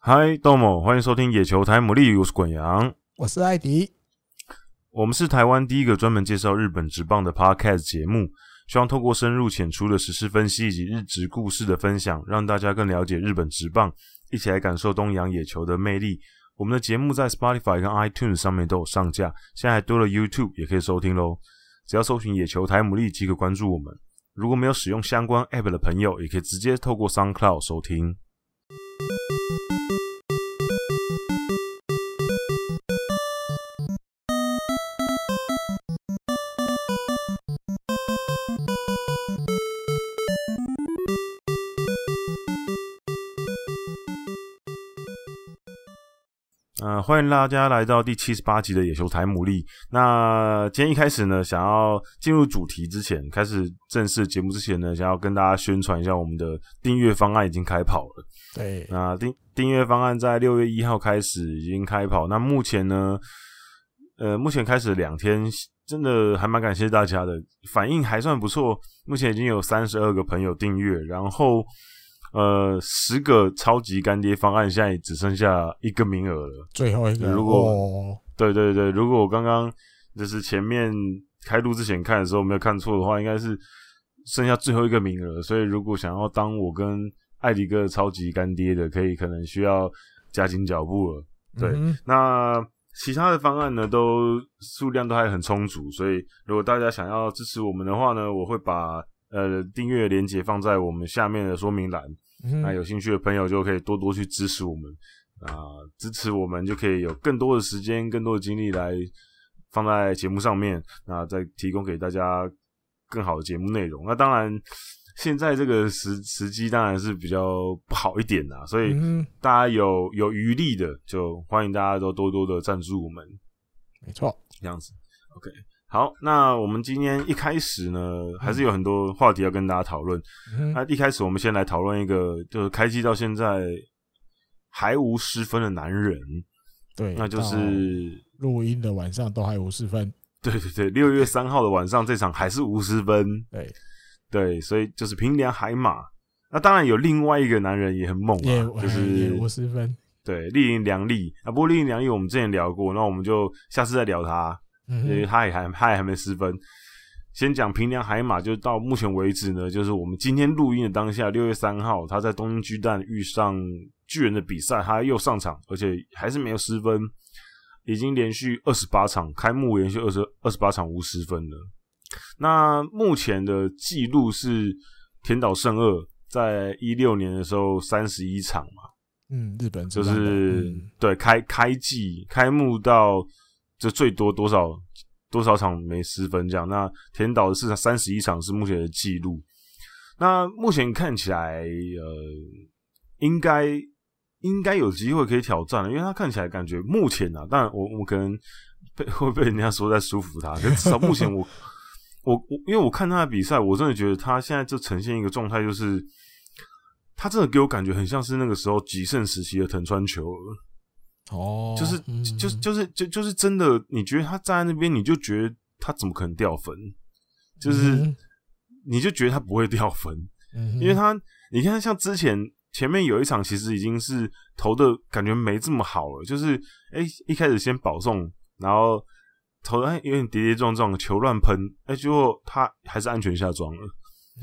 嗨，豆某，欢迎收听《野球台牡蛎》，我是滚羊。我是艾迪。我们是台湾第一个专门介绍日本职棒的 podcast 节目，希望透过深入浅出的时事分析以及日职故事的分享，让大家更了解日本职棒，一起来感受东洋野球的魅力。我们的节目在 Spotify 跟 iTunes 上面都有上架，现在还多了 YouTube 也可以收听喽。只要搜寻“野球台牡蛎”即可关注我们。如果没有使用相关 App 的朋友，也可以直接透过 SoundCloud 收听。呃，欢迎大家来到第七十八集的野球台牡蛎。那今天一开始呢，想要进入主题之前，开始正式节目之前呢，想要跟大家宣传一下我们的订阅方案已经开跑了。对，那订订阅方案在六月一号开始已经开跑。那目前呢，呃，目前开始两天，真的还蛮感谢大家的，反应还算不错。目前已经有三十二个朋友订阅，然后呃，十个超级干爹方案现在只剩下一个名额了。最后一个，如果哦、对对对，如果我刚刚就是前面开录之前看的时候没有看错的话，应该是剩下最后一个名额，所以如果想要当我跟艾迪哥超级干爹的，可以可能需要加紧脚步了。对嗯哼那其他的方案呢，都数量都还很充足，所以如果大家想要支持我们的话呢，我会把呃订阅链接放在我们下面的说明栏。嗯哼那有兴趣的朋友就可以多多去支持我们啊、支持我们就可以有更多的时间、更多的精力来放在节目上面，那再提供给大家更好的节目内容。那当然，现在这个时时机当然是比较不好一点啦，所以嗯哼，大家有有余力的，就欢迎大家都多多的赞助我们没错，这样子。OK，好，那我们今天一开始呢，还是有很多话题要跟大家讨论。嗯那哼，一开始我们先来讨论一个，就是开机到现在还无失分的男人，对，那就到是录音的晚上都还五十分，对对对，六月三号的晚上这场还是无失分，对，对，所以就是平良海马。那当然有另外一个男人也很猛也哎啊，就也是五十分，对丽颖良利啊，不过丽颖良利我们之前聊过，那我们就下次再聊他。嗯因为哼，他也还他也还没失分。先讲平良海马，就到目前为止呢，就是我们今天录音的当下，六月三号，他在东京巨蛋遇上巨人的比赛，他又上场，而且还是没有失分，已经连续二十八场，开幕连续二十二十八场无失分了。那目前的记录是田岛胜二在一六年的时候三十一场嘛，嗯，日本就知道的是、嗯对开开季开幕到就最多多少多少场没失分这样。那田岛是三十一场是目前的记录。那目前看起来，呃，应该应该有机会可以挑战了，因为他看起来感觉目前啊，当然我我可能被 会被人家说在舒服他，可是至少目前我 我我因为我看他的比赛，我真的觉得他现在就呈现一个状态，就是他真的给我感觉很像是那个时候极盛时期的藤川球儿，哦，就是嗯就是就是就就是真的，你觉得他站在那边，你就觉得他怎么可能掉分？就是、嗯你就觉得他不会掉分，嗯哼因为他你看像之前前面有一场其实已经是投的感觉没这么好了，就是哎、诶一开始先保送，然后投的哎有点跌跌撞撞，球乱喷，哎、结果他还是安全下庄了，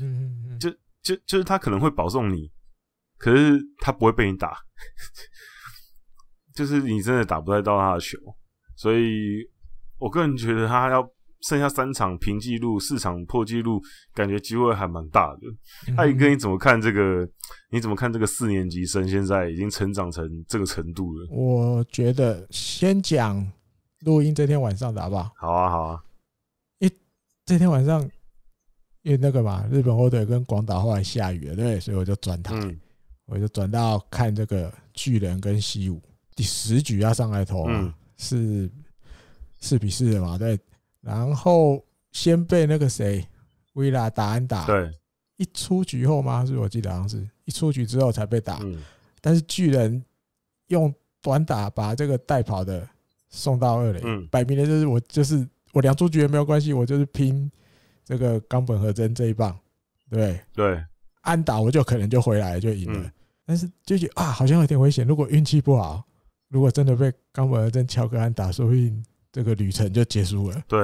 嗯哼嗯就就就是他可能会保送你，可是他不会被你打， 就是你真的打不太到他的球，所以我个人觉得他要。剩下三场平纪录，四场破纪录，感觉机会还蛮大的。嗯艾哎哥，你怎么看这个？你怎么看这个四年级生现在已经成长成这个程度了？我觉得先讲录音这天晚上的好不好？好啊，好啊，这天晚上因为那个嘛，日本火腿跟广岛后来下雨了，对不对，所以我就转台。嗯我就转到看这个巨人跟西武第十局要上来投啊，嗯是四比四的嘛，对。然后先被那个谁维拉打安打，对，一出局后吗？是我记得好像是一出局之后才被打，嗯，但是巨人用短打把这个带跑的送到二垒，嗯摆明了就是我就是我两出局也没有关系，我就是拼这个冈本和真这一棒，对。对，安打我就可能就回来就赢了。嗯但是就觉得啊，好像有点危险。如果运气不好，如果真的被冈本尔真敲个安打，说不定这个旅程就结束了。对，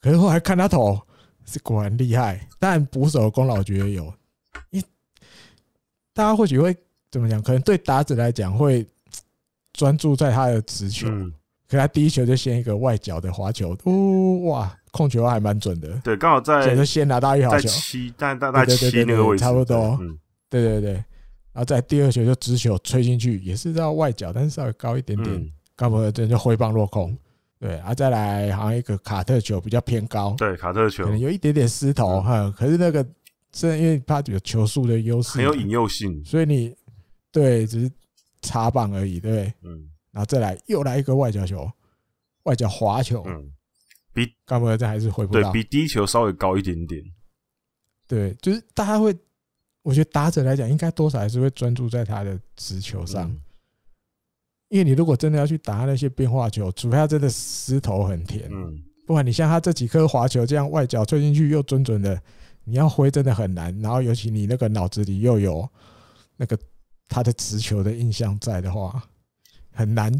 可是后来看他投，是果然厉害。但捕手的功劳我觉得有，因为大家或许会怎么讲？可能对打者来讲会专注在他的直球，嗯，可他第一球就先一个外角的滑球，呜、哇，控球还蛮准的，对，刚好所以在就先拿到一好在球。七，大大大概对对对七那个对位置，差不多对嗯，对对对，然后在第二球就直球吹进去，也是到外角，但是稍微高一点点，嗯，高博真就挥棒落空。对，啊，再来好像一个卡特球比较偏高，对，卡特球可能有一点点失头嗯哈，可是那个正因为他有球速的优势，很有引诱性，所以你对只是插棒而已，对不对。嗯然后再来又来一个外角球，外角滑球，嗯，高博这还是回不对到，比第一球稍微高一点点，对，就是大家会，我觉得打者来讲，应该多少还是会专注在他的直球上。嗯因为你如果真的要去打那些变化球，除非他真的石头很甜，嗯，不然你像他这几颗滑球这样外角吹进去又准准的，你要挥真的很难。然后尤其你那个脑子里又有那个他的直球的印象在的话，很难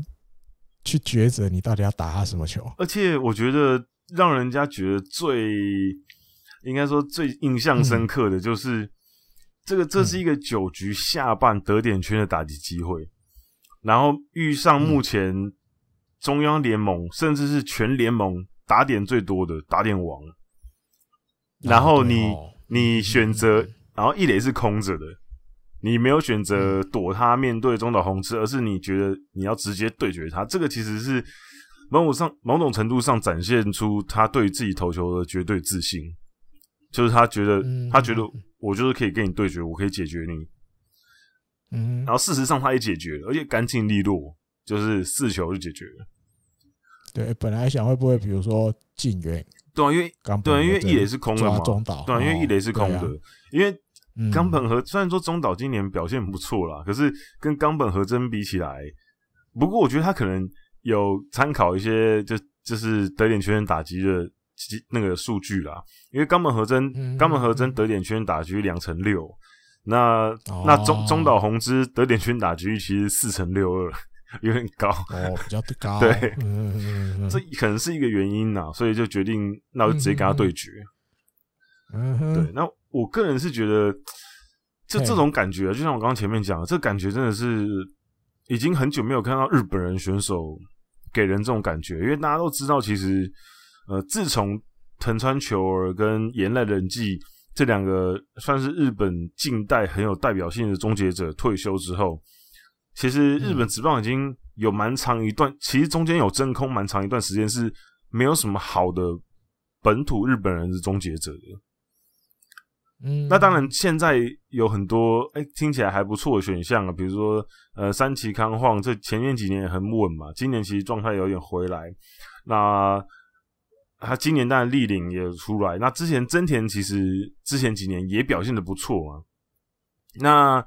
去抉择你到底要打他什么球。而且我觉得让人家觉得最应该说最印象深刻的就是、这个，这是一个九局下半得点圈的打击机会，然后遇上目前中央联盟、甚至是全联盟打点最多的打点王，然后哦你、你选嗯择，然后一垒是空着的，你没有选嗯择躲他面对中岛宏志，而是你觉得你要直接对决他，这个其实是某种上某种程度上展现出他对自己投球的绝对自信，就是他觉得、嗯他觉得我就是可以跟你对决，我可以解决你。嗯然，后事实上他也解决了，而且干净利落，就是四球就解决了。对，本来想会不会比如说进远对啊，因为冈对啊，本因为或者一垒是空的抓嘛，中岛，对啊，因为哦一垒是空的，，因为对啊冈本和虽然说中岛今年表现不错啦，可是跟冈本和真比起来，不过我觉得他可能有参考一些就就是得点圈打击的机那个数据啦，因为冈本和真嗯冈本和真得点圈打击两成六，那哦那中中岛宏之得点圈打击率其实四成六二，有点高，哦，比较高，对嗯嗯嗯嗯，这可能是一个原因呐，所以就决定那我就直接跟他对决。嗯哼对，那我个人是觉得，就这种感觉，就像我刚刚前面讲的，这感觉真的是已经很久没有看到日本人选手给人这种感觉，因为大家都知道，其实呃，自从藤川球儿跟岩濑仁纪这两个算是日本近代很有代表性的终结者退休之后，其实日嗯本职棒已经有蛮长一段，其实中间有真空蛮长一段时间是没有什么好的本土日本人的终结者的。嗯那当然，现在有很多哎、听起来还不错的选项啊，比如说呃三崎康晃，这前面几年很稳嘛，今年其实状态有点回来。那啊他今年当然立领也出来，那之前真田其实之前几年也表现的不错嘛。那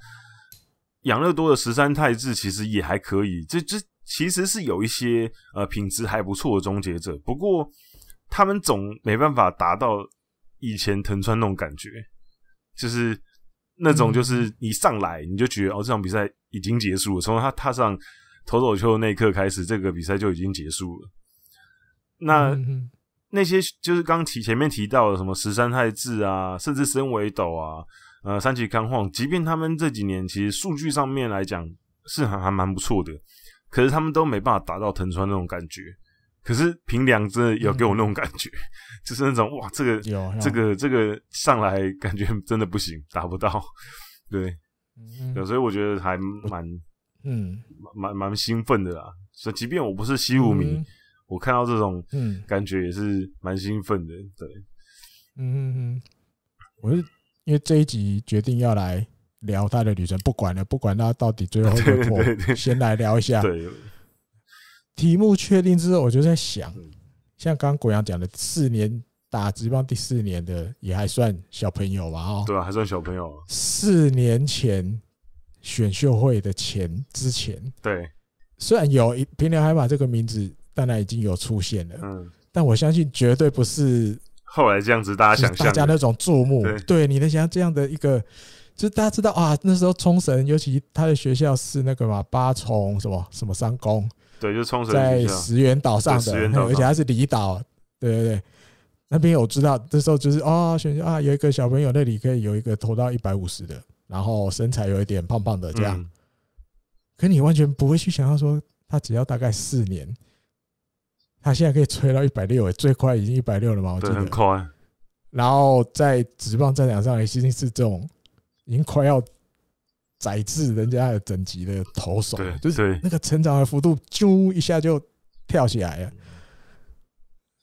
养乐多的十三太治其实也还可以，这这其实是有一些呃品质还不错的终结者，不过他们总没办法达到以前藤川那种感觉，就是那种就是一上来你就觉得哦这场比赛已经结束了，从他踏上投手球的那一刻开始，这个比赛就已经结束了。那、嗯嗯那些就是刚提前面提到的什么十三太治啊，甚至森尾斗啊，呃，三崎康晃，即便他们这几年其实数据上面来讲是还还蛮不错的，可是他们都没办法达到藤川那种感觉。可是平良真的有给我那种感觉， 就是那种哇，这个有这，个这个上来感觉真的不行，达不到。 对，有对嗯所以我觉得还蛮嗯蛮蛮兴奋的啦。所以即便我不是西武迷，我看到这种嗯感觉也是蛮兴奋的。对。嗯嗯嗯，我是因为这一集决定要来聊他的旅程，不管了，不管他到底最后会不对会对对破，先来聊一下。对，题目确定之后，我就在想，像刚刚国阳讲的，四年打职棒第四年的也还算小朋友吧，哦，对啊，还算小朋友啊。四年前选秀会的前之前，对，虽然有一平良海马这个名字，当然已经有出现了，嗯，但我相信绝对不是后来这样子大家就是想大象家的，那种注目对。对，你能想象这样的一个就是大家知道啊，那时候冲绳，尤其他的学校是那个嘛八重什么什么三宫，对，就是冲绳的在学校，石原岛上对的石原岛，上而且它是离岛，对对对。那边我知道，这时候就是哦，选啊，有一个小朋友那里可以有一个投到一百五十的，然后身材有一点胖胖的这样，嗯可你完全不会去想到说，他只要大概四年，他现在可以吹到一百六，最快已经一百六了嘛，我记对，很得。快，然后在职棒战场上已经是这种，已经快要宰制人家的等级的投手了对，，就是对，那个成长的幅度啾一下就跳起来了。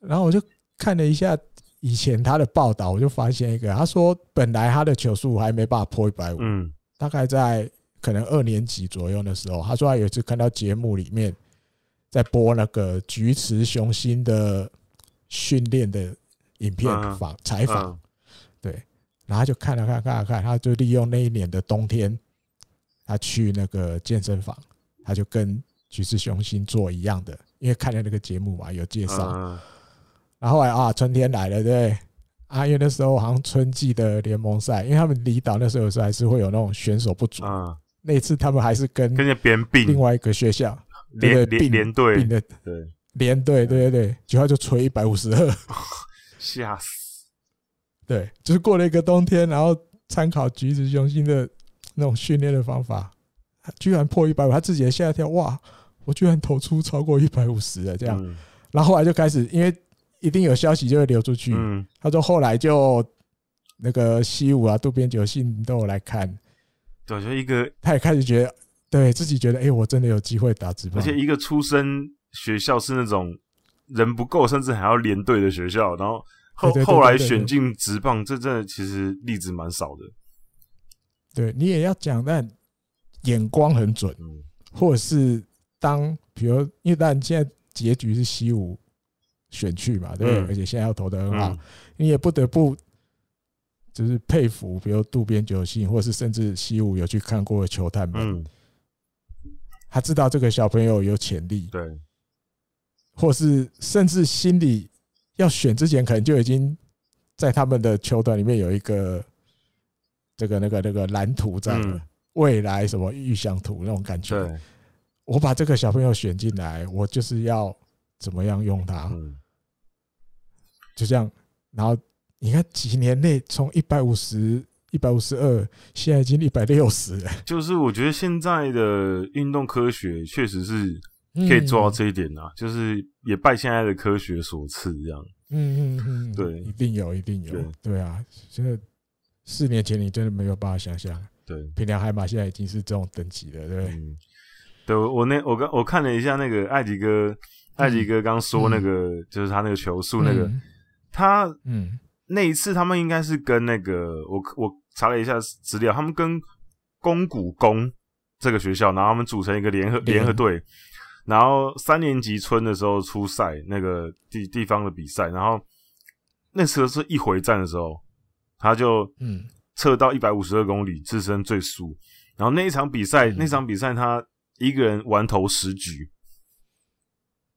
然后我就看了一下以前他的报道，我就发现一个，他说本来他的球速还没办法破一百五，嗯，大概在可能二年级左右的时候，他说他有一次看到节目里面在播那个菊池雄心的训练的影片嗯访采访，嗯然后他就看了看看了看，他就利用那一年的冬天，他去那个健身房，他就跟菊池雄心做一样的，因为看了那个节目嘛，有介绍。嗯，然后后来啊，春天来了，对不对啊，因为那时候好像春季的联盟赛，因为他们离岛那时候有时候还是会有那种选手不足。嗯，那一次他们还是跟跟人家边并另外一个学校连对对连并连并队，的对，连队，对对对，结果他就吹一百五十二，吓死，对，就是过了一个冬天，然后参考橘子雄心的那种训练的方法，他居然破一百五，他自己也吓一跳，哇，我居然投出超过一百五十了这样。嗯然后后来就开始，因为一定有消息就会流出去，嗯，他说后来就那个西武啊、渡边久信都有来看，对，就一个，他也开始觉得，对自己觉得，哎、我真的有机会打直棒，而且一个出身学校是那种人不够，甚至还要连队的学校，然后后对对对后来对对选对进职棒，这真的其实例子蛮少的，对你也要讲，但眼光很准，嗯，或者是当比如，因为当然现在结局是西武选去嘛，对不对，嗯而且现在要投的很好，嗯你也不得不就是佩服，比如渡边久信，或是甚至西武有去看过的球探们，嗯，他知道这个小朋友有潜力，对，或是甚至心里要选之前，可能就已经在他们的球团里面有一个这个那个那个蓝图在了，嗯未来什么预想图那种感觉。对，我把这个小朋友选进来，我就是要怎么样用他，嗯，就这样。然后你看几年内从一百五十、一百五十二，现在已经一百六十了，就是我觉得现在的运动科学确实是可以做嗯到这一点啊，就是也拜现在的科学所赐，这样。嗯。嗯嗯嗯，对一定有，一定有对，对啊，真的。四年前你真的没有办法想象，对，平良海马现在已经是这种等级了，对不对？嗯，对我我那我刚我看了一下那个艾迪哥，艾迪哥刚说那个、就是他那个球速那个，嗯，他嗯，那一次他们应该是跟那个我我查了一下资料，他们跟宫古宫这个学校，然后他们组成一个联合联联合队，然后三年级春的时候出赛那个地地方的比赛，然后那时候是一回战的时候，他就嗯，测到一百五十二公里，自身最速。然后那一场比赛，嗯那场比赛他一个人完投十局，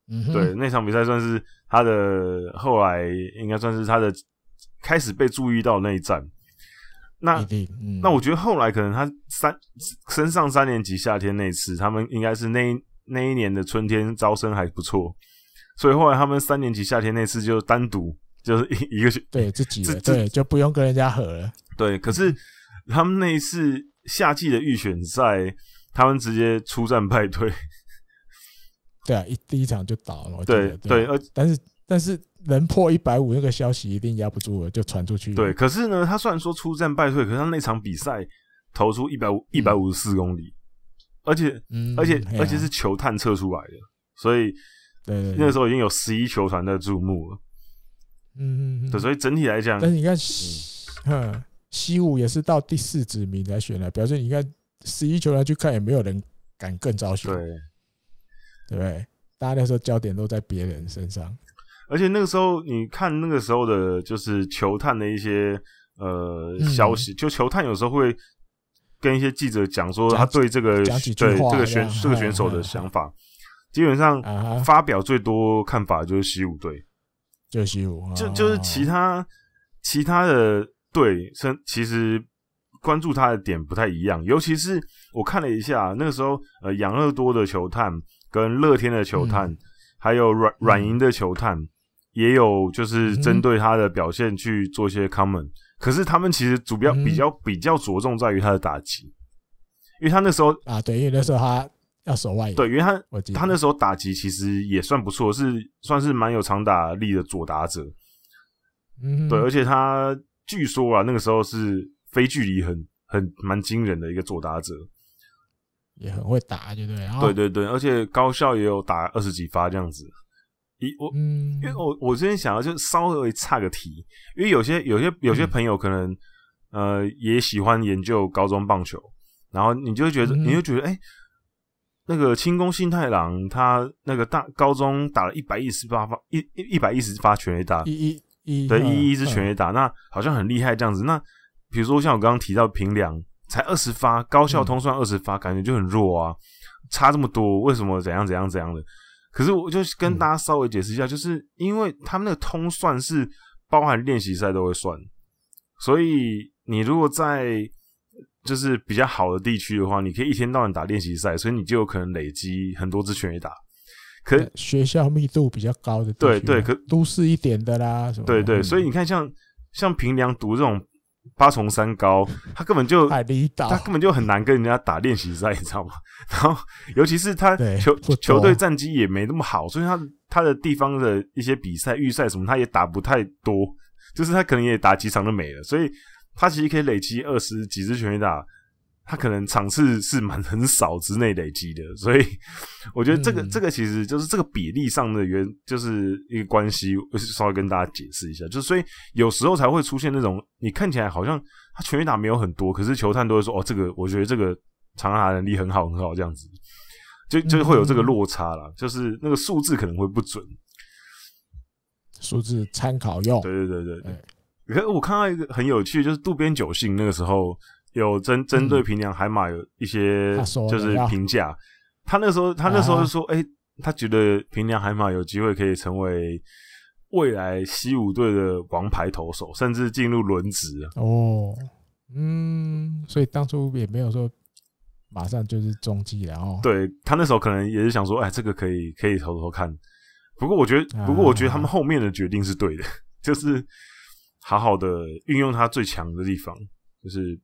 嗯哼对，，那场比赛算是他的后来应该算是他的开始被注意到那一战。那一定。嗯那我觉得后来可能他三升上三年级夏天那一次，他们应该是那一那一年的春天招生还不错，所以后来他们三年级夏天那次就单独就是一一个学对自己的这这对就不用跟人家合了，对，可是他们那一次夏季的预选赛，他们直接出战败退。对啊，一第一场就倒了。我记对得对，啊而但是但是能破一百五那个消息一定压不住了，就传出去。对，，可是呢，他虽然说出战败退，可是他那场比赛投出一百五一百五十四公里，而且嗯，而且嘿啊而且是球探测出来的，所以对对那对时候已经有十一球团在注目了。嗯嗯对，嗯。所以整体来讲但，是你看西，嗯，西武也是到第四指名才选的，表示你看十一球来去看也没有人敢更早选对，，对不对？大家那时候焦点都在别人 身上。而且那个时候你看那个时候的，就是球探的一些呃、嗯消息，就球探有时候会跟一些记者讲说讲他对这个讲几句对话哎这个这样选这个嗨选手嗨的嗨想法，基本上啊哈，发表最多看法就是西武队，就西武，哦就就是其他其他的队，甚其实关注他的点不太一样，尤其是我看了一下，那个时候呃，养乐多的球探跟乐天的球探，嗯还有软软银的球探，也有就是嗯针对他的表现去做一些 comment，、可是他们其实主要嗯比较比较着重在于他的打击，因为他那时候啊，对，因为那时候他要守外野，对，因为他我记得他那时候打击其实也算不错，是算是蛮有长打力的左打者。嗯对，而且他据说啊，那个时候是非距离很很蛮惊人的一个左打者。也很会打，对不哦对？然后对对对，而且高校也有打二十几发这样子。一我嗯因为我我之前想要就稍微岔个题，因为有些有些有些嗯朋友可能、呃也喜欢研究高中棒球，然后你就会觉得、嗯你就觉得哎、诶那个清宫信太郎他那个大高中打了一百一十八发一一百一十发全垒打，嗯一一一对，嗯一一支嗯全垒打，那好像很厉害这样子。那比如说像我刚刚提到平良才二十发，高校嗯通算二十发，感觉就很弱啊，差这么多，为什么怎样怎样怎样的？可是我就跟嗯大家稍微解释一下，就是因为他们那个通算是包含练习赛都会算，所以你如果在就是比较好的地区的话，你可以一天到晚打练习赛，所以你就有可能累积很多支全垒打。可呃学校密度比较高的地对区对嘛可都市一点的啦，什么对的对，嗯所以你看像，像平良读这种八重山高，他根本就海嗯离岛他根本就很难跟人家打练习赛，你知道吗？ 然后，尤其是他对球不多球队战绩也没那么好，所以他他的地方的一些比赛、预赛什么，他也打不太多，就是他可能也打几场就没了，所以他其实可以累积二十几支全垒打，他可能场次是蛮很少之内累积的，所以 我觉得这个、嗯这个其实就是这个比例上的原，就是一个关系，我稍微跟大家解释一下，就是所以有时候才会出现那种你看起来好像他全垒打没有很多，可是球探都会说哦，这个我觉得这个长打能力很好很好这样子，就就会有这个落差啦，就是那个数字可能会不准。数字参考用，对对对对对哎。可是我看到一个很有趣，就是渡边久信那个时候有针针对平良海马有一些嗯他说就的是要评价，他那时候他那时候就啊说，哎、他觉得平良海马有机会可以成为未来西武队的王牌投手，甚至进入轮值啊。哦，嗯，所以当初也没有说马上就是中继了哦。对他那时候可能也是想说，哎，这个可以可以投投看。不过我觉啊得，不过我觉得他们后面的决定是对的， 就是好好的运用他最强的地方，就是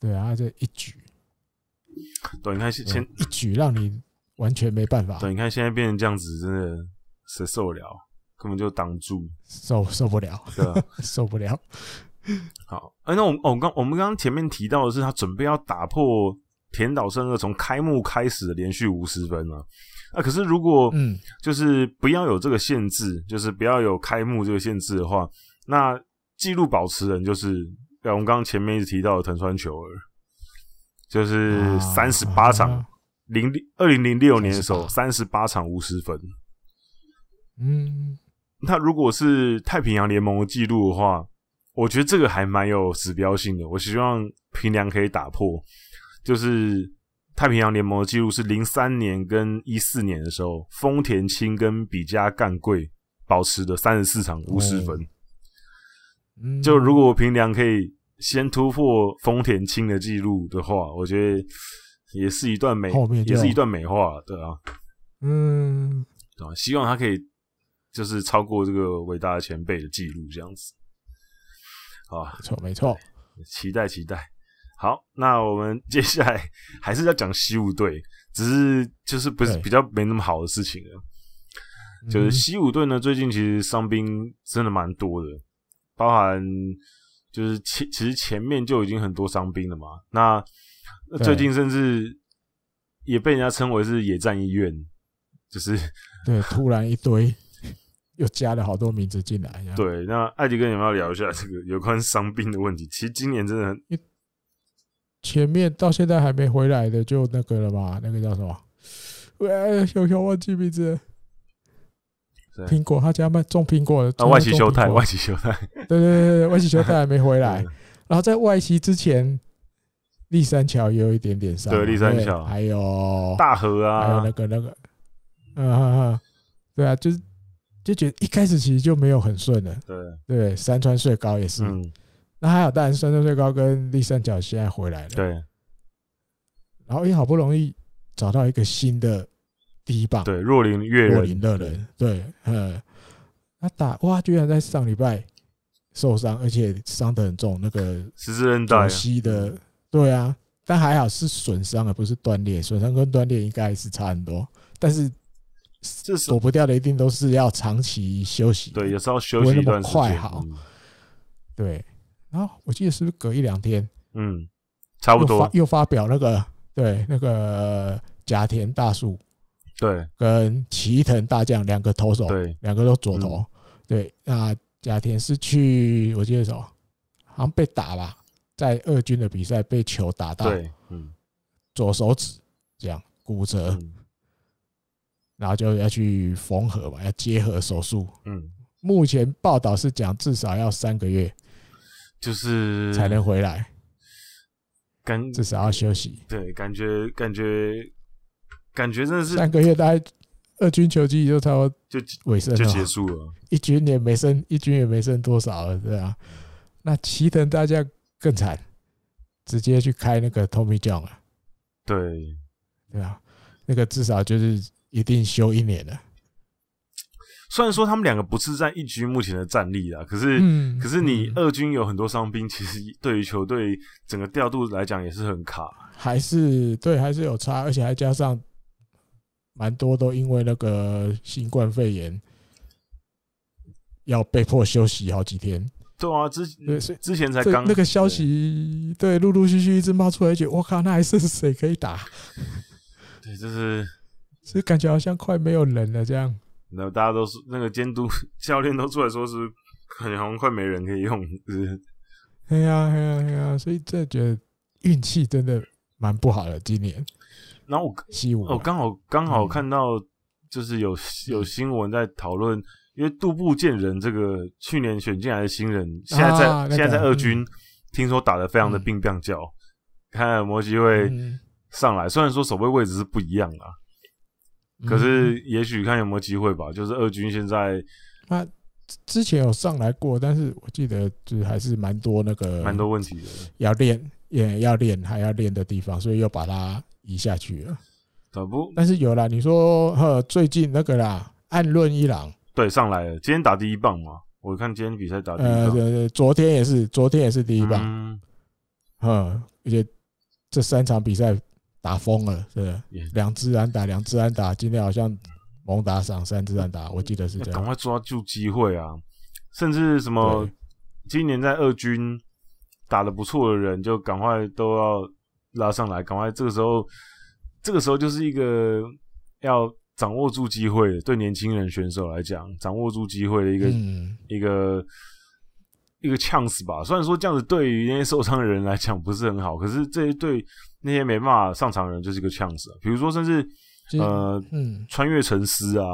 对啊，这一举对，你看现现一举让你完全没办法对，你看现在变成这样子，真的谁受得了？根本就挡不住，受受不了，对吧、啊 受不了。好，哎、那我们、哦、我刚我们刚刚前面提到的是，他准备要打破田岛胜二从开幕开始的连续无失分啊。啊，可是如果嗯，就是不要有这个限制，就是不要有开幕这个限制的话，那纪录保持人就是呃我们刚刚前面一直提到的藤川球儿，就是三十八场啊，零二零零六年的时候， 38三十八场无失分。嗯，那如果是太平洋联盟的记录的话，我觉得这个还蛮有指标性的。我希望平良可以打破，就是太平洋联盟的记录是零三年跟一四年的时候，丰田青跟比嘉干贵保持的三十四场无失分。哦嗯就如果平良可以先突破丰田青的记录的话，我觉得也是一段美，后面就也是一段美化，对啊，嗯，对啊，希望他可以就是超过这个伟大的前辈的记录，这样子。好啊，没错没错，期待期待。好，那我们接下来还是要讲西武队，只是就是不是对比较没那么好的事情了。就是嗯西武队呢，最近其实伤兵真的蛮多的，包含就是前其实前面就已经很多伤兵了嘛。那那对最近甚至也被人家称为是野战医院，就是对，突然一堆又加了好多名字进来，这样，对，那艾迪哥有没有聊一下这个有关伤病的问题？其实今年真的很前面到现在还没回来的就那个了吧，那个叫什么？喂，熊熊忘记名字对。苹果，他家卖种苹果的啊，外企休泰，外对企休泰对对对，啊外企球太还没回来。然后在外企之前，立山桥也有一点点伤嘛，对立山对桥还有大河还有啊那，个那个，嗯嗯嗯，对啊，就是就觉得一开始其实就没有很顺了，对，对，山川穗高也是，嗯，那还有，当然深圳最高跟立三角现在回来了，对然后也好不容易找到一个新的第一棒，，对，若林越洛人林乐人，对，呃，他打哇，居然在上礼拜受伤，而且伤得很重，那个十字韧带左啊，膝的，对啊，但还好是损伤而不是断裂，损伤跟断裂应该是差很多，但是这是躲不掉的一定都是要长期休息，对，有时候休不会息那一么段时快间，好嗯对，然后我记得是不是隔一两天嗯，差不又多发，又发表那个对那个甲田大树对跟齐藤大将两个投手，对，两个都左投。嗯对，那贾田是去，我记得什么，好像被打吧，在二军的比赛被球打到对，嗯左手指这样骨折，嗯然后就要去缝合嘛，要结合手术。嗯，目前报道是讲至少要三个月就是才能回来，感至少要休息对感觉感觉感觉真的是三个月，大概二军球季就差不多就尾声就了结嘛，束了，一军也没剩，一军也没剩多少了，对啊。那齐藤大家更惨，直接去开那个 Tommy John 了。对，对啊，那个至少就是一定休一年的。虽然说他们两个不是在一军目前的战力啦，可是。嗯可是你嗯二军有很多伤兵，其实对于球队整个调度来讲也是很卡。还是对，还是有差，而且还加上蛮多都因为那个新冠肺炎要被迫休息好几天。对啊，之对，所以之前才这刚那个消息，对，陆陆续续一直冒出来，觉得我靠，那还剩谁可以打？对，对就是就感觉好像快没有人了这样。然后大家都是那个监督 教练都出来说是，感觉好像快没人可以用，就是哎呀，哎呀，哎呀，所以这觉得运气真的蛮不好的，今年然后我西武我啊。哦刚好刚好嗯看到，就是有有新闻在讨论，因为杜布健人这个去年选进来的新人，现在在、那个现在在二嗯军，听说打得非常的嗯病病叫，看有没有机会嗯上来。虽然说守备位置是不一样啦，嗯可是也许看有没有机会吧。就是二军现在之前有上来过，但是我记得就是还是蛮多那个蛮多问题的，要练，也要练还要练的地方，所以又把它移下去了。打不但是有啦，你说呵，最近那个啦，暗论伊朗，对上来了，今天打第一棒嘛。我看今天比赛啊打第一呃，棒，对对，昨天也是，昨天也是第一棒，嗯嗯，而且这三场比赛打疯了，是的 Yeah 两支安打，两支安打，今天好像猛打赏三支安打，我记得是要这赶样。快抓住机会啊！甚至什么啊对今年在二军打得不错的人，就赶快都要拉上来，赶快这个时候，这个时候就是一个要掌握住机会的，对年轻人选手来讲，掌握住机会的一个、嗯，一个一个 chance 吧。虽然说这样子对于那些受伤的人来讲不是很好，可是这对那些没办法上场的人就是一个 chance 啊。比如说，甚至其实呃，嗯，穿越沉思啊，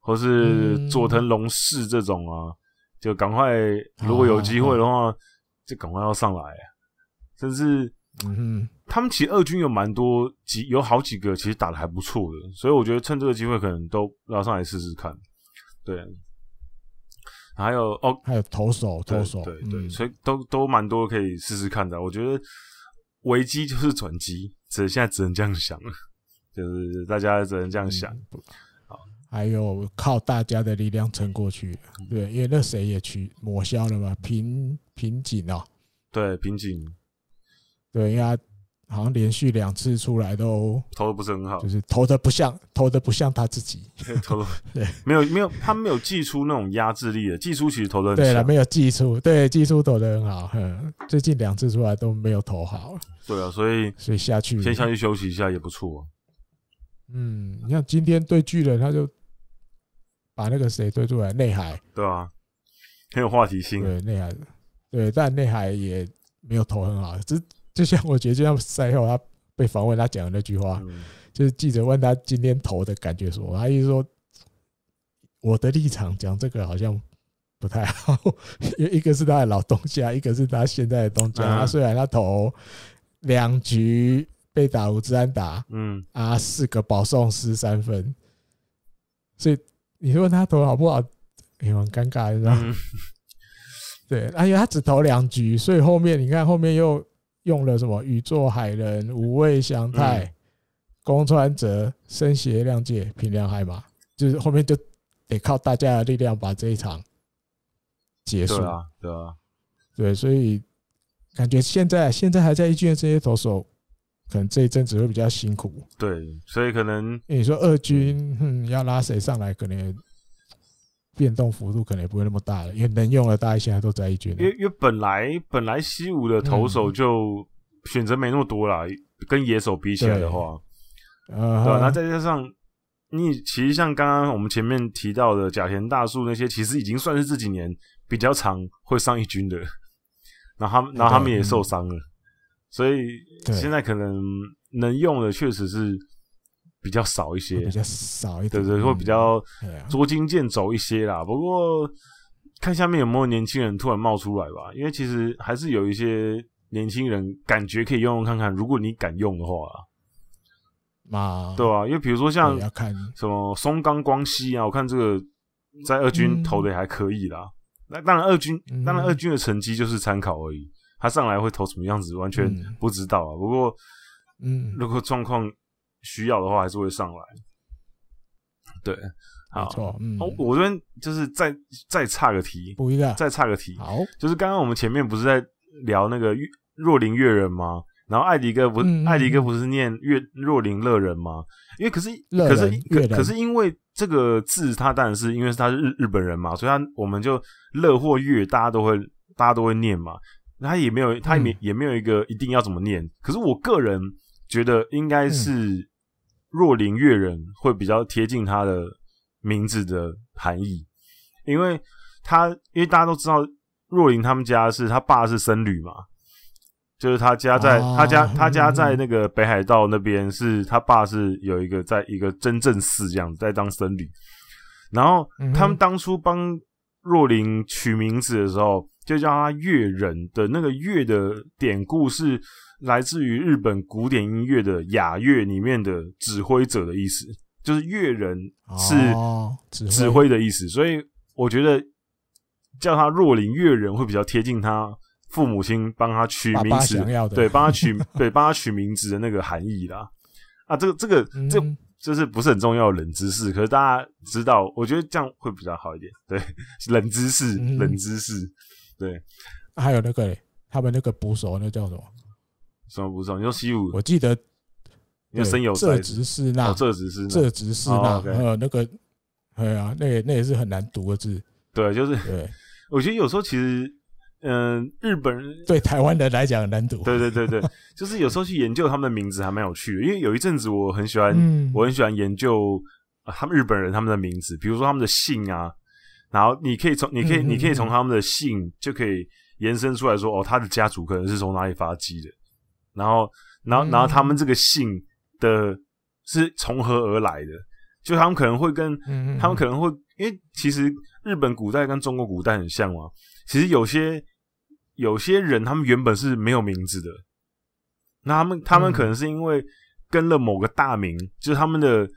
或是嗯哦佐藤龙士这种啊，就赶快如果有机会的话，就赶快要上来、啊甚至嗯他们其实二军有蛮多几有好几个其实打的还不错的，所以我觉得趁这个机会可能都拉上来试试看。对，还有哦，还有投手，对投手，对对，嗯所以都都蛮多可以试试看的。我觉得危机就是转机，只现在只能这样想了，就是大家只能这样想。嗯不还有靠大家的力量撑过去，对，因为那谁也去抹消了嘛，瓶瓶颈哦，对，瓶颈对，因为他好像连续两次出来都投的不是很好就，是投的不像，投的不像他自己， 投 的对没有没有，他没有寄出那种压制力的，寄出其实投的很对了，强，没有技术，对，技术投的很好，哼，最近两次出来都没有投好，对啊，所以所以下去，先下去休息一下也不错、啊。嗯，你看今天对巨人他就把那个谁对出来，内海，对啊，很有话题性，对，内海，对，但内海也没有投很好，只就像我觉得就像赛后他被访问他讲的那句话，嗯，就是记者问他今天投的感觉说，他意思说我的立场讲这个好像不太好， 因为一个是他的老东家，一个是他现在的东家。嗯他虽然他投两局被打五支安打嗯，啊，四个保送失三分，所以你问他投得好不好，也蛮尴尬的，你知道吗？嗯对，而且他只投两局，所以后面你看后面又用了什么宇宙海人、无畏嗯祥太、宫川哲、深胁亮介、平良海马，就是后面就得靠大家的力量把这一场结束对。啊，对啊，对，所以感觉现在现在还在一军的这些投手，可能这一阵子会比较辛苦。对，所以可能因为你说二军，嗯，要拉谁上来，可能也变动幅度可能也不会那么大了，因为能用的大家现在都在一军了因为因为本来本来西武的投嗯手就选择没那么多啦，跟野手比起来的话，呃，对吧、那再加上你其实像刚刚我们前面提到的甲田大树那些，其实已经算是这几年比较常会上一军的，然后他们然后他们也受伤了，所以嗯对现在可能能用的确实是比较少一些会，比较少一对点，对，会比较嗯对啊捉襟见肘一些啦。不过看下面有没有年轻人突然冒出来吧，因为其实还是有一些年轻人感觉可以用用看看，如果你敢用的话啦，嘛，对啊，因为比如说像哦对要看什么松冈光希啊，我看这个在二军嗯投的也还可以啦。那当然二军，当然嗯二军的成绩就是参考而已，他上来会投什么样子完全嗯不知道啊。不过嗯，如果状况需要的话，还是会上来。对，没好，错，嗯，哦，我这边就是再再差个题，补一个，再差个题，好，就是刚刚我们前面不是在聊那个月若林越人吗？然后艾迪哥不是、嗯嗯艾迪哥不是念越若林乐人吗？因为可是乐可是人乐可人可是因为这个字，他当然是因为他是日日本人嘛，所以他我们就乐或乐，大家都会大家都会念嘛。他也没有他也没、嗯也没有一个一定要怎么念。可是我个人觉得应嗯该是若林越人会比较贴近他的名字的含义，因为他因为大家都知道若琳他们家是他爸是僧侣嘛，就是他家在、啊他家他家嗯在那个北海道那边是他爸是有一个在一个真正寺这样子在当僧侣，然后嗯哼他们当初帮若琳取名字的时候，就叫他月人的那个月的典故是来自于日本古典音乐的雅乐里面的指挥者的意思，就是乐人是哦指指挥的意思，所以我觉得叫他若林月人会比较贴近他父母亲帮他取爸名爸字，想要的，对，帮他取对帮他取名字的那个含义啦。啊，这个这个嗯，这就是不是很重要的冷知识，可是大家知道，我觉得这样会比较好一点。对，冷知识，嗯冷知识，还有那个嘞他们那个捕手那叫什么？什么不重要？你说西武，我记得你说森友这哉，直是那哦，这只是这直是那哦，OK 呃那个，哎呀，那也那也是很难读的字，对，就是对我觉得有时候其实，嗯、日本人对，台湾人来讲很难读，对对 对对，就是有时候去研究他们的名字还蛮有趣的，因为有一阵子我很喜欢，嗯，我很喜欢研究、呃他们日本人他们的名字，比如说他们的姓啊，然后你可以从你可以嗯嗯你可以嗯从他们的姓就可以延伸出来说，哦，他的家族可能是从哪里发迹的，然后然嗯后然后他们这个姓的是从何而来的，就他们可能会跟嗯，嗯他们可能会因为其实日本古代跟中国古代很像嘛，其实有些有些人他们原本是没有名字的，那他们他们嗯可能是因为跟了某个大名，就是他们的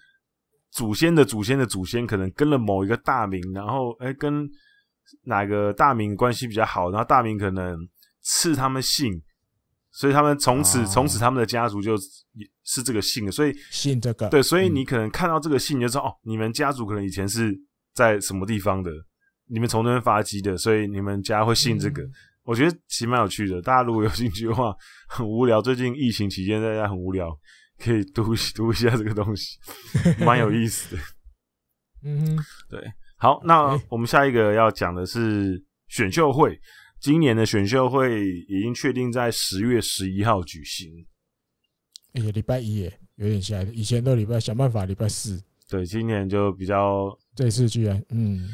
祖先的祖先的祖先可能跟了某一个大名，然后哎、跟哪个大名关系比较好，然后大名可能赐他们姓。所以他们从此哦从此他们的家族就是这个姓的，所以信这个，对，所以你嗯可能看到这个信，你就知道哦，你们家族可能以前是在什么地方的，你们从那边发迹的，所以你们家会信这个。嗯我觉得其实蛮有趣的，大家如果有兴趣的话，很无聊。最近疫情期间，大家很无聊，可以读一 读一下这个东西，蛮有意思的。嗯哼，好，那 OK 我们下一个要讲的是选秀会。今年的选秀会已经确定在十月十一号举行。而哎且礼拜一耶，有点吓人，以前都礼拜想办法礼拜四，对，今年就比较这次居然嗯，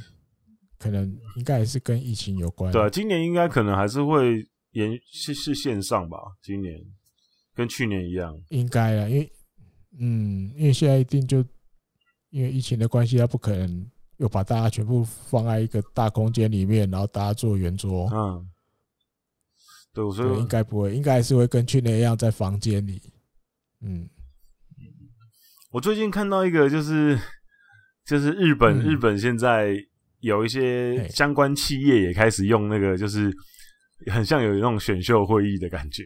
可能应该也是跟疫情有关，对啊，今年应该可能还是会延是是线上吧，今年跟去年一样。应该啦，因为嗯，因为现在一定就因为疫情的关系，他不可能又把大家全部放在一个大空间里面，然后大家做圆桌，嗯，对，所对，应以该不会，应该还是会跟去年一样在房间里， 嗯，我最近看到一个就是就是日本、嗯日本现在有一些嘿相关企业也开始用那个，就是很像有那种选秀会议的感觉，